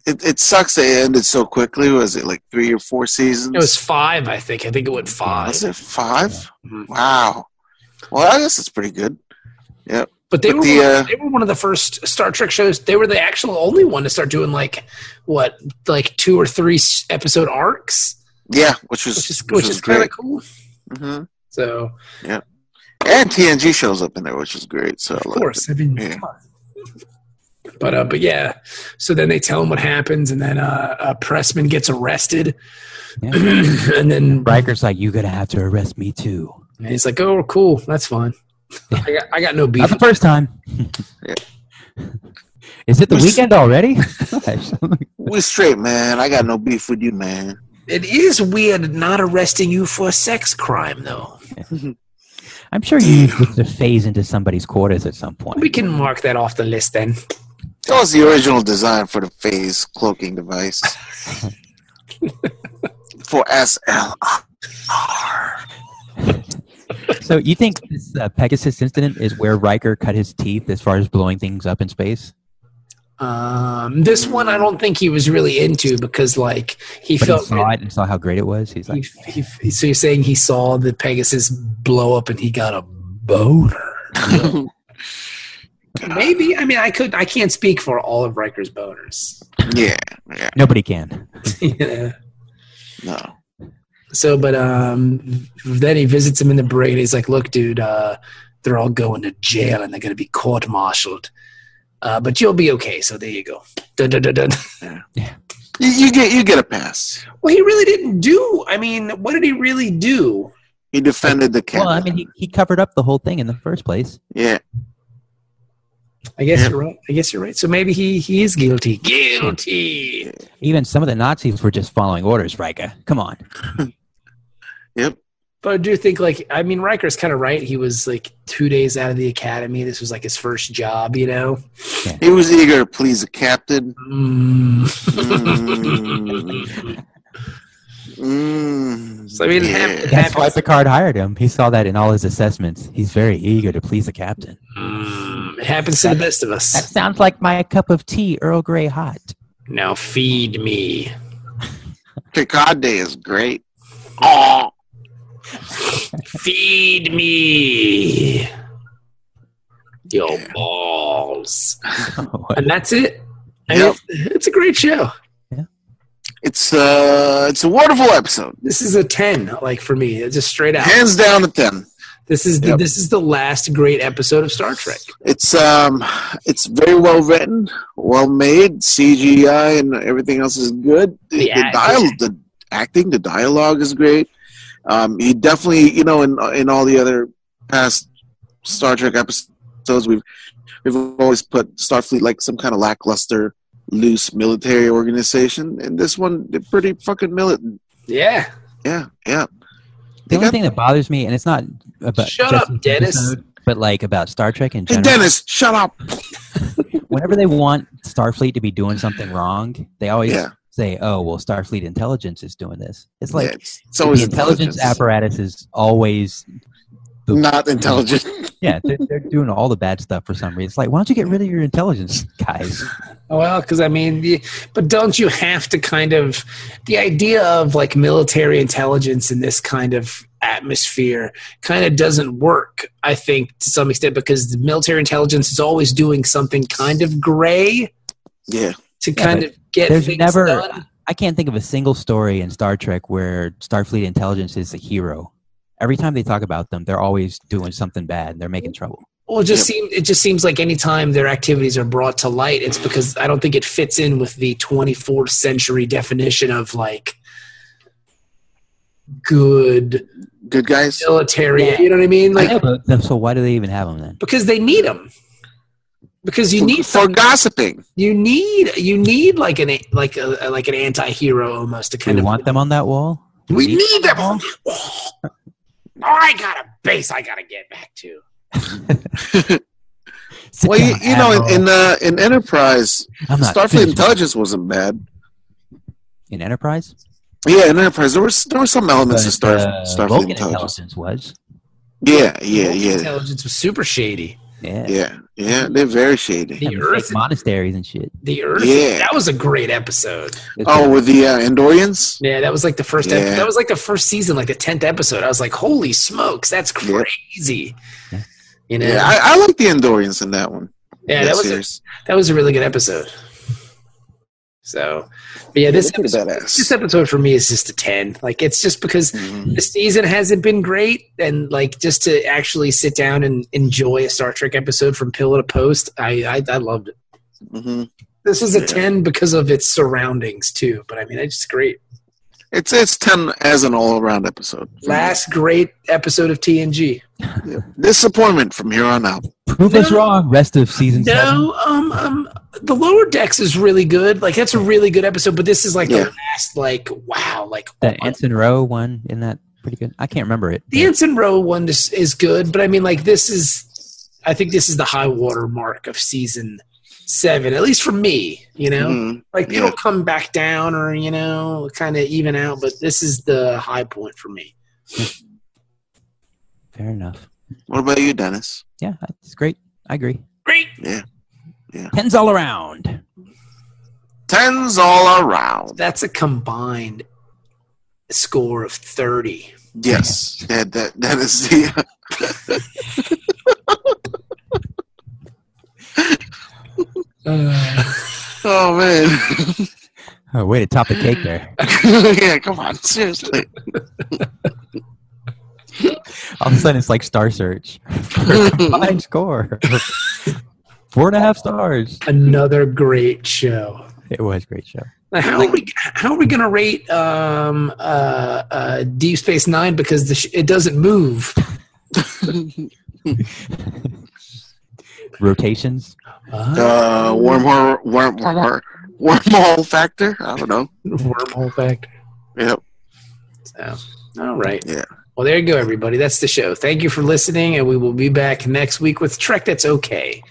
Speaker 3: it, it sucks that it ended so quickly. Was it like three or four seasons?
Speaker 2: It was five, I think. I think it went five.
Speaker 3: Was it five?
Speaker 2: Mhm.
Speaker 3: Wow. Well, I guess it's pretty good.
Speaker 2: But they
Speaker 3: But
Speaker 2: were
Speaker 3: the,
Speaker 2: one,
Speaker 3: uh,
Speaker 2: they were one of the first Star Trek shows. They were the actual only one to start doing like what like two or three s- episode arcs,
Speaker 3: Yeah, which was
Speaker 2: which is
Speaker 3: which
Speaker 2: which
Speaker 3: was
Speaker 2: is kind of
Speaker 3: great.
Speaker 2: cool.
Speaker 3: hmm
Speaker 2: So
Speaker 3: And TNG shows up in there, which is great. So I
Speaker 2: of
Speaker 3: like
Speaker 2: course, I mean,
Speaker 3: Yeah.
Speaker 2: come on. but uh, but yeah. So then they tell him what happens, and then uh, uh Pressman gets arrested,
Speaker 4: Yeah.
Speaker 2: and then
Speaker 4: Riker's like, You're gonna have to arrest me too.
Speaker 2: and he's like, "Oh, cool, that's fine. I got, I got no
Speaker 4: Not
Speaker 2: beef."
Speaker 4: the first time.
Speaker 3: Yeah.
Speaker 4: Is it the
Speaker 3: Which-
Speaker 4: weekend already? Gosh.
Speaker 3: We straight, man. I got no beef with you, man.
Speaker 2: It is weird not arresting you for a sex crime, though.
Speaker 4: I'm sure you used this to phase into somebody's quarters at some point.
Speaker 2: We can mark that off the list then.
Speaker 3: That was the original design for the phase cloaking device. for SLR.
Speaker 4: So you think this uh, Pegasus incident is where Riker cut his teeth as far as blowing things up in space?
Speaker 2: Um, this one I don't think he was really into because like he
Speaker 4: But he
Speaker 2: felt
Speaker 4: saw it and saw how great it was. He's
Speaker 2: he,
Speaker 4: like,
Speaker 2: he- so you're saying he saw the Pegasus blow up and he got a boner. Maybe I mean I could I can't speak for all of Riker's boners.
Speaker 3: yeah, yeah,
Speaker 4: nobody can.
Speaker 2: yeah.
Speaker 3: no.
Speaker 2: So but um then he visits him in the brain. He's like, "Look, dude, uh they're all going to jail and they're going to be court-martialed. Uh, but you'll be okay." So there you go. Dun, dun, dun, dun.
Speaker 3: You, you get you get a pass.
Speaker 2: Well, he really didn't do. I mean, what did he really do?
Speaker 3: He defended the camp.
Speaker 4: Well, I mean, he, he covered up the whole thing in the first place.
Speaker 3: yeah,
Speaker 2: I guess
Speaker 3: Yeah.
Speaker 2: you're right. I guess you're right. So maybe he he is guilty. Guilty.
Speaker 4: Even some of the Nazis were just following orders, Riker. Come on.
Speaker 3: yep.
Speaker 2: But I do think like I mean Riker's kind of right. He was like two days out of the academy. This was like his first job, you know.
Speaker 3: He was eager to please the captain.
Speaker 2: Mm.
Speaker 3: Mm. Mm.
Speaker 2: So I mean,
Speaker 3: Yeah.
Speaker 2: hap-
Speaker 4: That's why
Speaker 2: happens-
Speaker 4: Picard hired him. He saw that in all his assessments. He's very eager to please the captain.
Speaker 2: Mm. it happens to the best of
Speaker 4: That
Speaker 2: us.
Speaker 4: sounds like my cup of tea, Earl Grey hot.
Speaker 6: Now feed me.
Speaker 3: Picard Day is great. Oh,
Speaker 6: Feed me. Your balls. And that's it. I mean,
Speaker 3: Yep.
Speaker 2: It's a great show.
Speaker 3: it's uh, it's a wonderful episode.
Speaker 2: This is a ten, like for me, It's just straight out.
Speaker 3: Hands down at ten.
Speaker 2: This is the,
Speaker 3: Yep.
Speaker 2: this is the last great episode of Star Trek.
Speaker 3: It's um, it's very well written, well made. CGI and everything else is good. The, the,
Speaker 6: act-
Speaker 3: dial- the acting, the dialogue is great. Um, he definitely, you know, in in all the other past Star Trek episodes, we've we've always put Starfleet like some kind of lackluster, loose military organization. And this one, they're pretty fucking militant.
Speaker 2: Yeah,
Speaker 3: Yeah, yeah.
Speaker 4: The
Speaker 3: They
Speaker 4: only
Speaker 3: got-
Speaker 4: thing that bothers me, and it's not about
Speaker 2: Shut
Speaker 4: just
Speaker 2: up,
Speaker 4: this
Speaker 2: Dennis.
Speaker 4: episode, but like about Star Trek in
Speaker 3: hey,
Speaker 4: general.
Speaker 3: Dennis, shut up.
Speaker 4: whenever they want Starfleet to be doing something wrong, they always
Speaker 3: Yeah.
Speaker 4: say, "Oh, well, Starfleet intelligence is doing this." It's like
Speaker 3: yeah, it's, it's always
Speaker 4: the intelligence, apparatus is always the-
Speaker 3: not intelligent.
Speaker 4: Yeah, they're, they're doing all the bad stuff for some reason. It's like, why don't you get rid of your intelligence guys?
Speaker 2: Oh, Well, because I mean, y- but don't you have to kind of the idea of like military intelligence in this kind of atmosphere kind of doesn't work, I think, to some extent, because the military intelligence is always doing something kind of gray
Speaker 3: yeah,
Speaker 2: to
Speaker 4: Yeah,
Speaker 2: kind
Speaker 4: but
Speaker 2: of get
Speaker 4: There's
Speaker 2: things
Speaker 4: never.
Speaker 2: done.
Speaker 4: I can't think of a single story in Star Trek where Starfleet intelligence is a hero. Every time they talk about them, they're always doing something bad and they're making trouble.
Speaker 2: Well, it just seem it just seems like anytime their activities are brought to light, it's because I don't think it fits in with the 24th century definition of like good
Speaker 3: good guys.
Speaker 2: military.
Speaker 4: Yeah.
Speaker 2: You know what I mean? Like
Speaker 4: I know, but then- so why do they even have them then?
Speaker 2: because they need them. Because you
Speaker 3: For-
Speaker 2: need
Speaker 3: for
Speaker 2: some,
Speaker 3: gossiping.
Speaker 2: you need you need like an like a like an anti-hero almost to
Speaker 4: Do
Speaker 2: kind
Speaker 4: we
Speaker 2: of
Speaker 4: want them on that wall? Do
Speaker 6: We
Speaker 4: need-
Speaker 6: need them on that wall. Oh, I got a base I gotta get back to.
Speaker 4: Sit
Speaker 3: Well, you,
Speaker 4: down,
Speaker 3: you know, in
Speaker 4: Admiral.
Speaker 3: in, uh, in Enterprise,
Speaker 4: I'm not
Speaker 3: Starfleet
Speaker 4: finished.
Speaker 3: Intelligence wasn't bad.
Speaker 4: in Enterprise.
Speaker 3: Yeah, in Enterprise, there was there were some elements of Star,
Speaker 4: But, uh,
Speaker 3: Oh, Starfleet
Speaker 4: Vulcan
Speaker 3: Intelligence.
Speaker 4: intelligence was.
Speaker 3: Yeah, yeah,
Speaker 2: Vulcan
Speaker 3: yeah,
Speaker 2: Intelligence was super shady.
Speaker 4: Yeah.
Speaker 3: yeah, yeah. They're very shady.
Speaker 4: Yeah,
Speaker 2: The
Speaker 4: the
Speaker 2: Earth-
Speaker 4: fake monasteries and shit.
Speaker 2: The Earth.
Speaker 3: Yeah.
Speaker 2: That was a great episode.
Speaker 4: It's
Speaker 3: Oh,
Speaker 4: like,
Speaker 3: with the uh, Andorians.
Speaker 2: Yeah, that was like the first. ep-
Speaker 3: Yeah.
Speaker 2: that was like the first season, like the tenth episode. I was like, "Holy smokes, that's
Speaker 3: Yeah.
Speaker 2: crazy!"
Speaker 4: Yeah.
Speaker 2: You know.
Speaker 3: Yeah, I, I like the Andorians in that one.
Speaker 2: Yeah, that was a,
Speaker 3: series.
Speaker 2: that was a really good episode. So, but yeah, this
Speaker 3: They're pretty
Speaker 2: episode,
Speaker 3: badass.
Speaker 2: this episode for me is just a ten. Like, it's just because
Speaker 3: Mhm.
Speaker 2: the season hasn't been great and like just to actually sit down and enjoy a star trek episode from pillow to post i i, I loved it
Speaker 3: Mhm.
Speaker 2: this is a
Speaker 3: Yeah.
Speaker 2: 10 because of its surroundings too but i mean it's just great
Speaker 3: Mm-hmm. It's it's ten as an all around episode.
Speaker 2: last great episode of tng
Speaker 3: Disappointment from here on out.
Speaker 4: prove us
Speaker 2: No.
Speaker 4: wrong. Rest of season seven.
Speaker 2: no um um the lower decks is really good like that's a really good episode but this is like
Speaker 3: Yeah.
Speaker 2: the last like wow like
Speaker 4: That Ensign Rowe one in that pretty good. I can't remember it.
Speaker 2: the ensign row one is, is good but i mean like this is i think this is the high water mark of season seven at least for me you know
Speaker 3: Mhm.
Speaker 2: Like
Speaker 3: Yeah.
Speaker 2: it'll come back down or you know kind of even out, but this is the high point for me.
Speaker 4: Fair enough.
Speaker 3: What about you, Dennis?
Speaker 4: Yeah, it's great. I agree.
Speaker 6: Great.
Speaker 3: Yeah, yeah.
Speaker 4: Pens all around.
Speaker 3: Tens all around.
Speaker 2: That's a combined score of thirty.
Speaker 3: Yes, that that that is the. Oh man.
Speaker 4: Oh, way to top the cake there.
Speaker 3: yeah, come on, seriously.
Speaker 4: All of a sudden, it's like Star Search. Combined score. Four and a half stars.
Speaker 2: Another great show.
Speaker 4: It was a great show.
Speaker 2: Now, how are we how are we gonna rate um, uh, uh, Deep Space Nine because the sh- it doesn't move?
Speaker 4: Rotations.
Speaker 3: Uh, wormhole, worm, wormhole, wormhole factor. I don't know.
Speaker 2: wormhole factor.
Speaker 3: Yep.
Speaker 2: So, all right.
Speaker 3: Yeah.
Speaker 2: Well, there you go, everybody. That's the show. Thank you for listening, and we will be back next week with Trek That's Okay.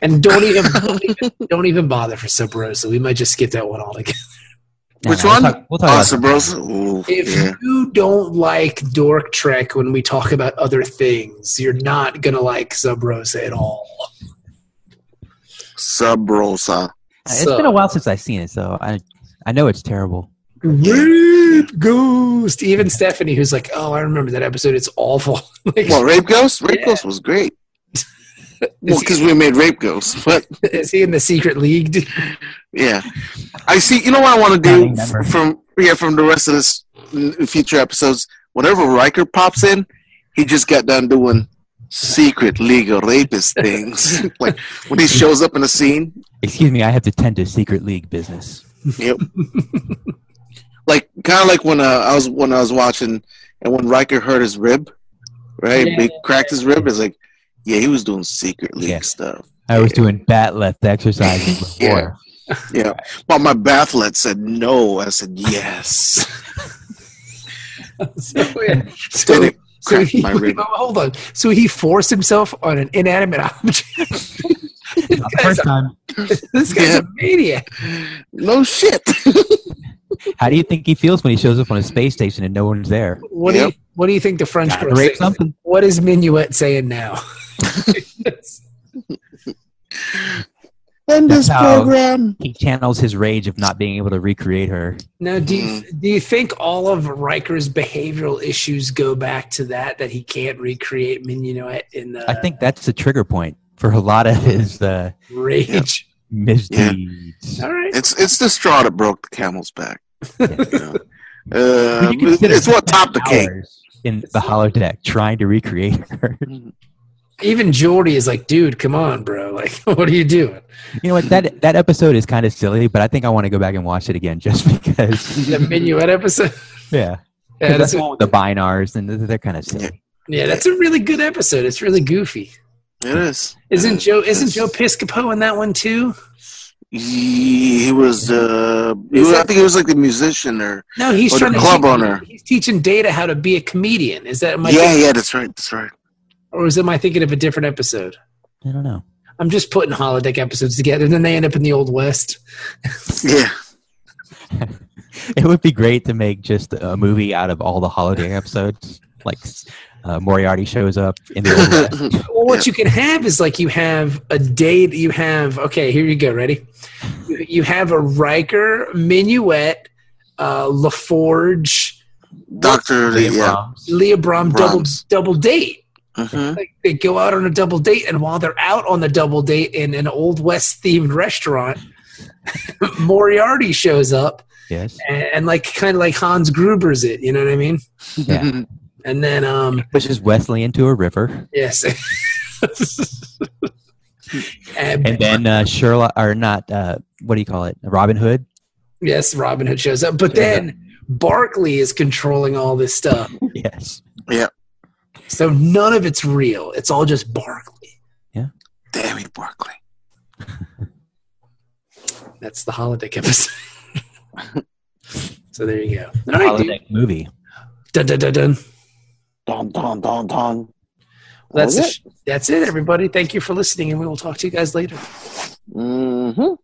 Speaker 2: And don't even don't even, don't even bother for Sub Rosa. We might just skip that one altogether.
Speaker 3: Which
Speaker 4: we'll
Speaker 3: one?
Speaker 4: talk- We'll talk, about Uh,
Speaker 3: Awesome, bros. Ooh,
Speaker 2: If
Speaker 3: yeah.
Speaker 2: you don't like Dork Trek when we talk about other things, you're not gonna like Sub Rosa at all.
Speaker 3: Sub Rosa.
Speaker 4: It's been a while since I've seen it, so I I know it's terrible.
Speaker 2: Rape Ghost. Even Stephanie, who's like, "Oh, I remember that episode. It's awful." like,
Speaker 3: Well, Rape Ghost? Rape Ghost was great. Well,
Speaker 2: is,
Speaker 3: because we made Rape Ghost, but
Speaker 2: he, is he in the secret league? dude?
Speaker 3: yeah, I see. You know what I want to
Speaker 4: I
Speaker 3: do
Speaker 4: remember.
Speaker 3: f- from yeah from the rest of this n- future episodes. Whenever Riker pops in, he just got done doing secret legal rapist things. like when he shows up in a scene,
Speaker 4: Excuse me, I have to tend to secret league business.
Speaker 3: Yep. like kind of like when uh, I was when I was watching and when Riker hurt his rib, right?
Speaker 5: Yeah.
Speaker 3: He cracked his rib. It's like, yeah, he was doing secret league
Speaker 4: Yeah.
Speaker 3: stuff.
Speaker 4: I was doing bat left exercises before.
Speaker 3: Yeah. Yeah. Well, my bathlet said no. I said yes.
Speaker 2: so, yeah.
Speaker 3: So
Speaker 2: So-
Speaker 3: it
Speaker 2: so
Speaker 3: cracked
Speaker 2: he,
Speaker 3: my rib.
Speaker 2: hold on. So he forced himself on an inanimate object.
Speaker 4: Not the first time.
Speaker 2: this guy's
Speaker 3: Yeah.
Speaker 2: a maniac.
Speaker 3: No shit.
Speaker 4: How do you think he feels when he shows up on a space station and no one's there?
Speaker 2: What do
Speaker 3: Yep.
Speaker 2: you What do you think the French
Speaker 4: Gotta
Speaker 2: girl
Speaker 4: rape
Speaker 2: says?
Speaker 4: something.
Speaker 2: What is Minuet saying now?
Speaker 3: End this
Speaker 4: That's how-
Speaker 3: program.
Speaker 4: He channels his rage of not being able to recreate her.
Speaker 2: Now, do you,
Speaker 3: Mm-hmm.
Speaker 2: do you think all of Riker's behavioral issues go back to that? That he can't recreate Minuet in the
Speaker 4: I think that's the trigger point for a lot of his uh,
Speaker 2: rage.
Speaker 4: misdeeds.
Speaker 2: All right.
Speaker 3: It's it's the straw that broke the camel's back. Yeah. Uh,
Speaker 4: Would you consider
Speaker 3: it's what topped the cake.
Speaker 4: hours in the holodeck trying to recreate her.
Speaker 2: Even Jordy is like, dude, come on, bro. Like, what are you doing?
Speaker 4: you know what? That that episode is kind of silly, but I think I want to go back and watch it again just because.
Speaker 2: The Minuet episode. Yeah,
Speaker 4: Yeah, that's
Speaker 2: that's
Speaker 4: the
Speaker 2: a,
Speaker 4: one with the binars, and they're kind of silly.
Speaker 2: yeah, that's a really good episode. It's really goofy.
Speaker 3: It is.
Speaker 2: Isn't Joe? Isn't
Speaker 3: Yes.
Speaker 2: Joe Piscopo in that one too?
Speaker 3: He, he was. Uh, he
Speaker 2: Is
Speaker 3: was I
Speaker 2: it-
Speaker 3: think he was like the musician or
Speaker 2: No, he's
Speaker 3: Or the
Speaker 2: trying to
Speaker 3: club
Speaker 2: teach-
Speaker 3: owner.
Speaker 2: He's teaching Data how to be a comedian. Is that am I
Speaker 3: yeah,
Speaker 2: thinking-
Speaker 3: yeah, that's right, that's right.
Speaker 2: or is am I thinking of a different episode?
Speaker 4: I don't know.
Speaker 2: I'm just putting holodeck episodes together, and then they end up in the old west.
Speaker 3: Yeah,
Speaker 4: It would be great to make just a movie out of all the holiday episodes. Like uh, Moriarty shows up in the old West.
Speaker 2: Well, what you can have is like you have a day that you have. Okay, here you go. Ready? You you have a Riker, Minuet, uh, LaForge,
Speaker 3: Doctor. Yeah,
Speaker 4: Brahms.
Speaker 2: Leah Brom double
Speaker 3: Brahms.
Speaker 2: double date.
Speaker 3: Mhm.
Speaker 2: Like they go out on a double date, and while they're out on the double date in an old west themed restaurant, Moriarty shows up
Speaker 4: Yes.
Speaker 2: and, and like kind of like Hans Gruber's it. You know what I mean?
Speaker 4: Yeah.
Speaker 2: And then um,
Speaker 4: Pushes Wesley into a river,
Speaker 2: Yes. and,
Speaker 4: and then uh, Sherlock, or not? Uh, what do you call it? Robin Hood.
Speaker 2: yes, Robin Hood shows up, but then Barkley is controlling all this stuff.
Speaker 4: Yes.
Speaker 2: So none of it's real. It's all just Barkley.
Speaker 3: Damn you, Barkley.
Speaker 2: That's the holodeck episode. so there you go. All right, dude.
Speaker 4: Holodeck movie.
Speaker 2: Dun, dun, dun, dun.
Speaker 3: Don don don don.
Speaker 2: That's
Speaker 3: That
Speaker 2: it.
Speaker 3: was
Speaker 2: That's it, everybody. Thank you for listening, and we will talk to you guys later.
Speaker 3: Mm-hmm.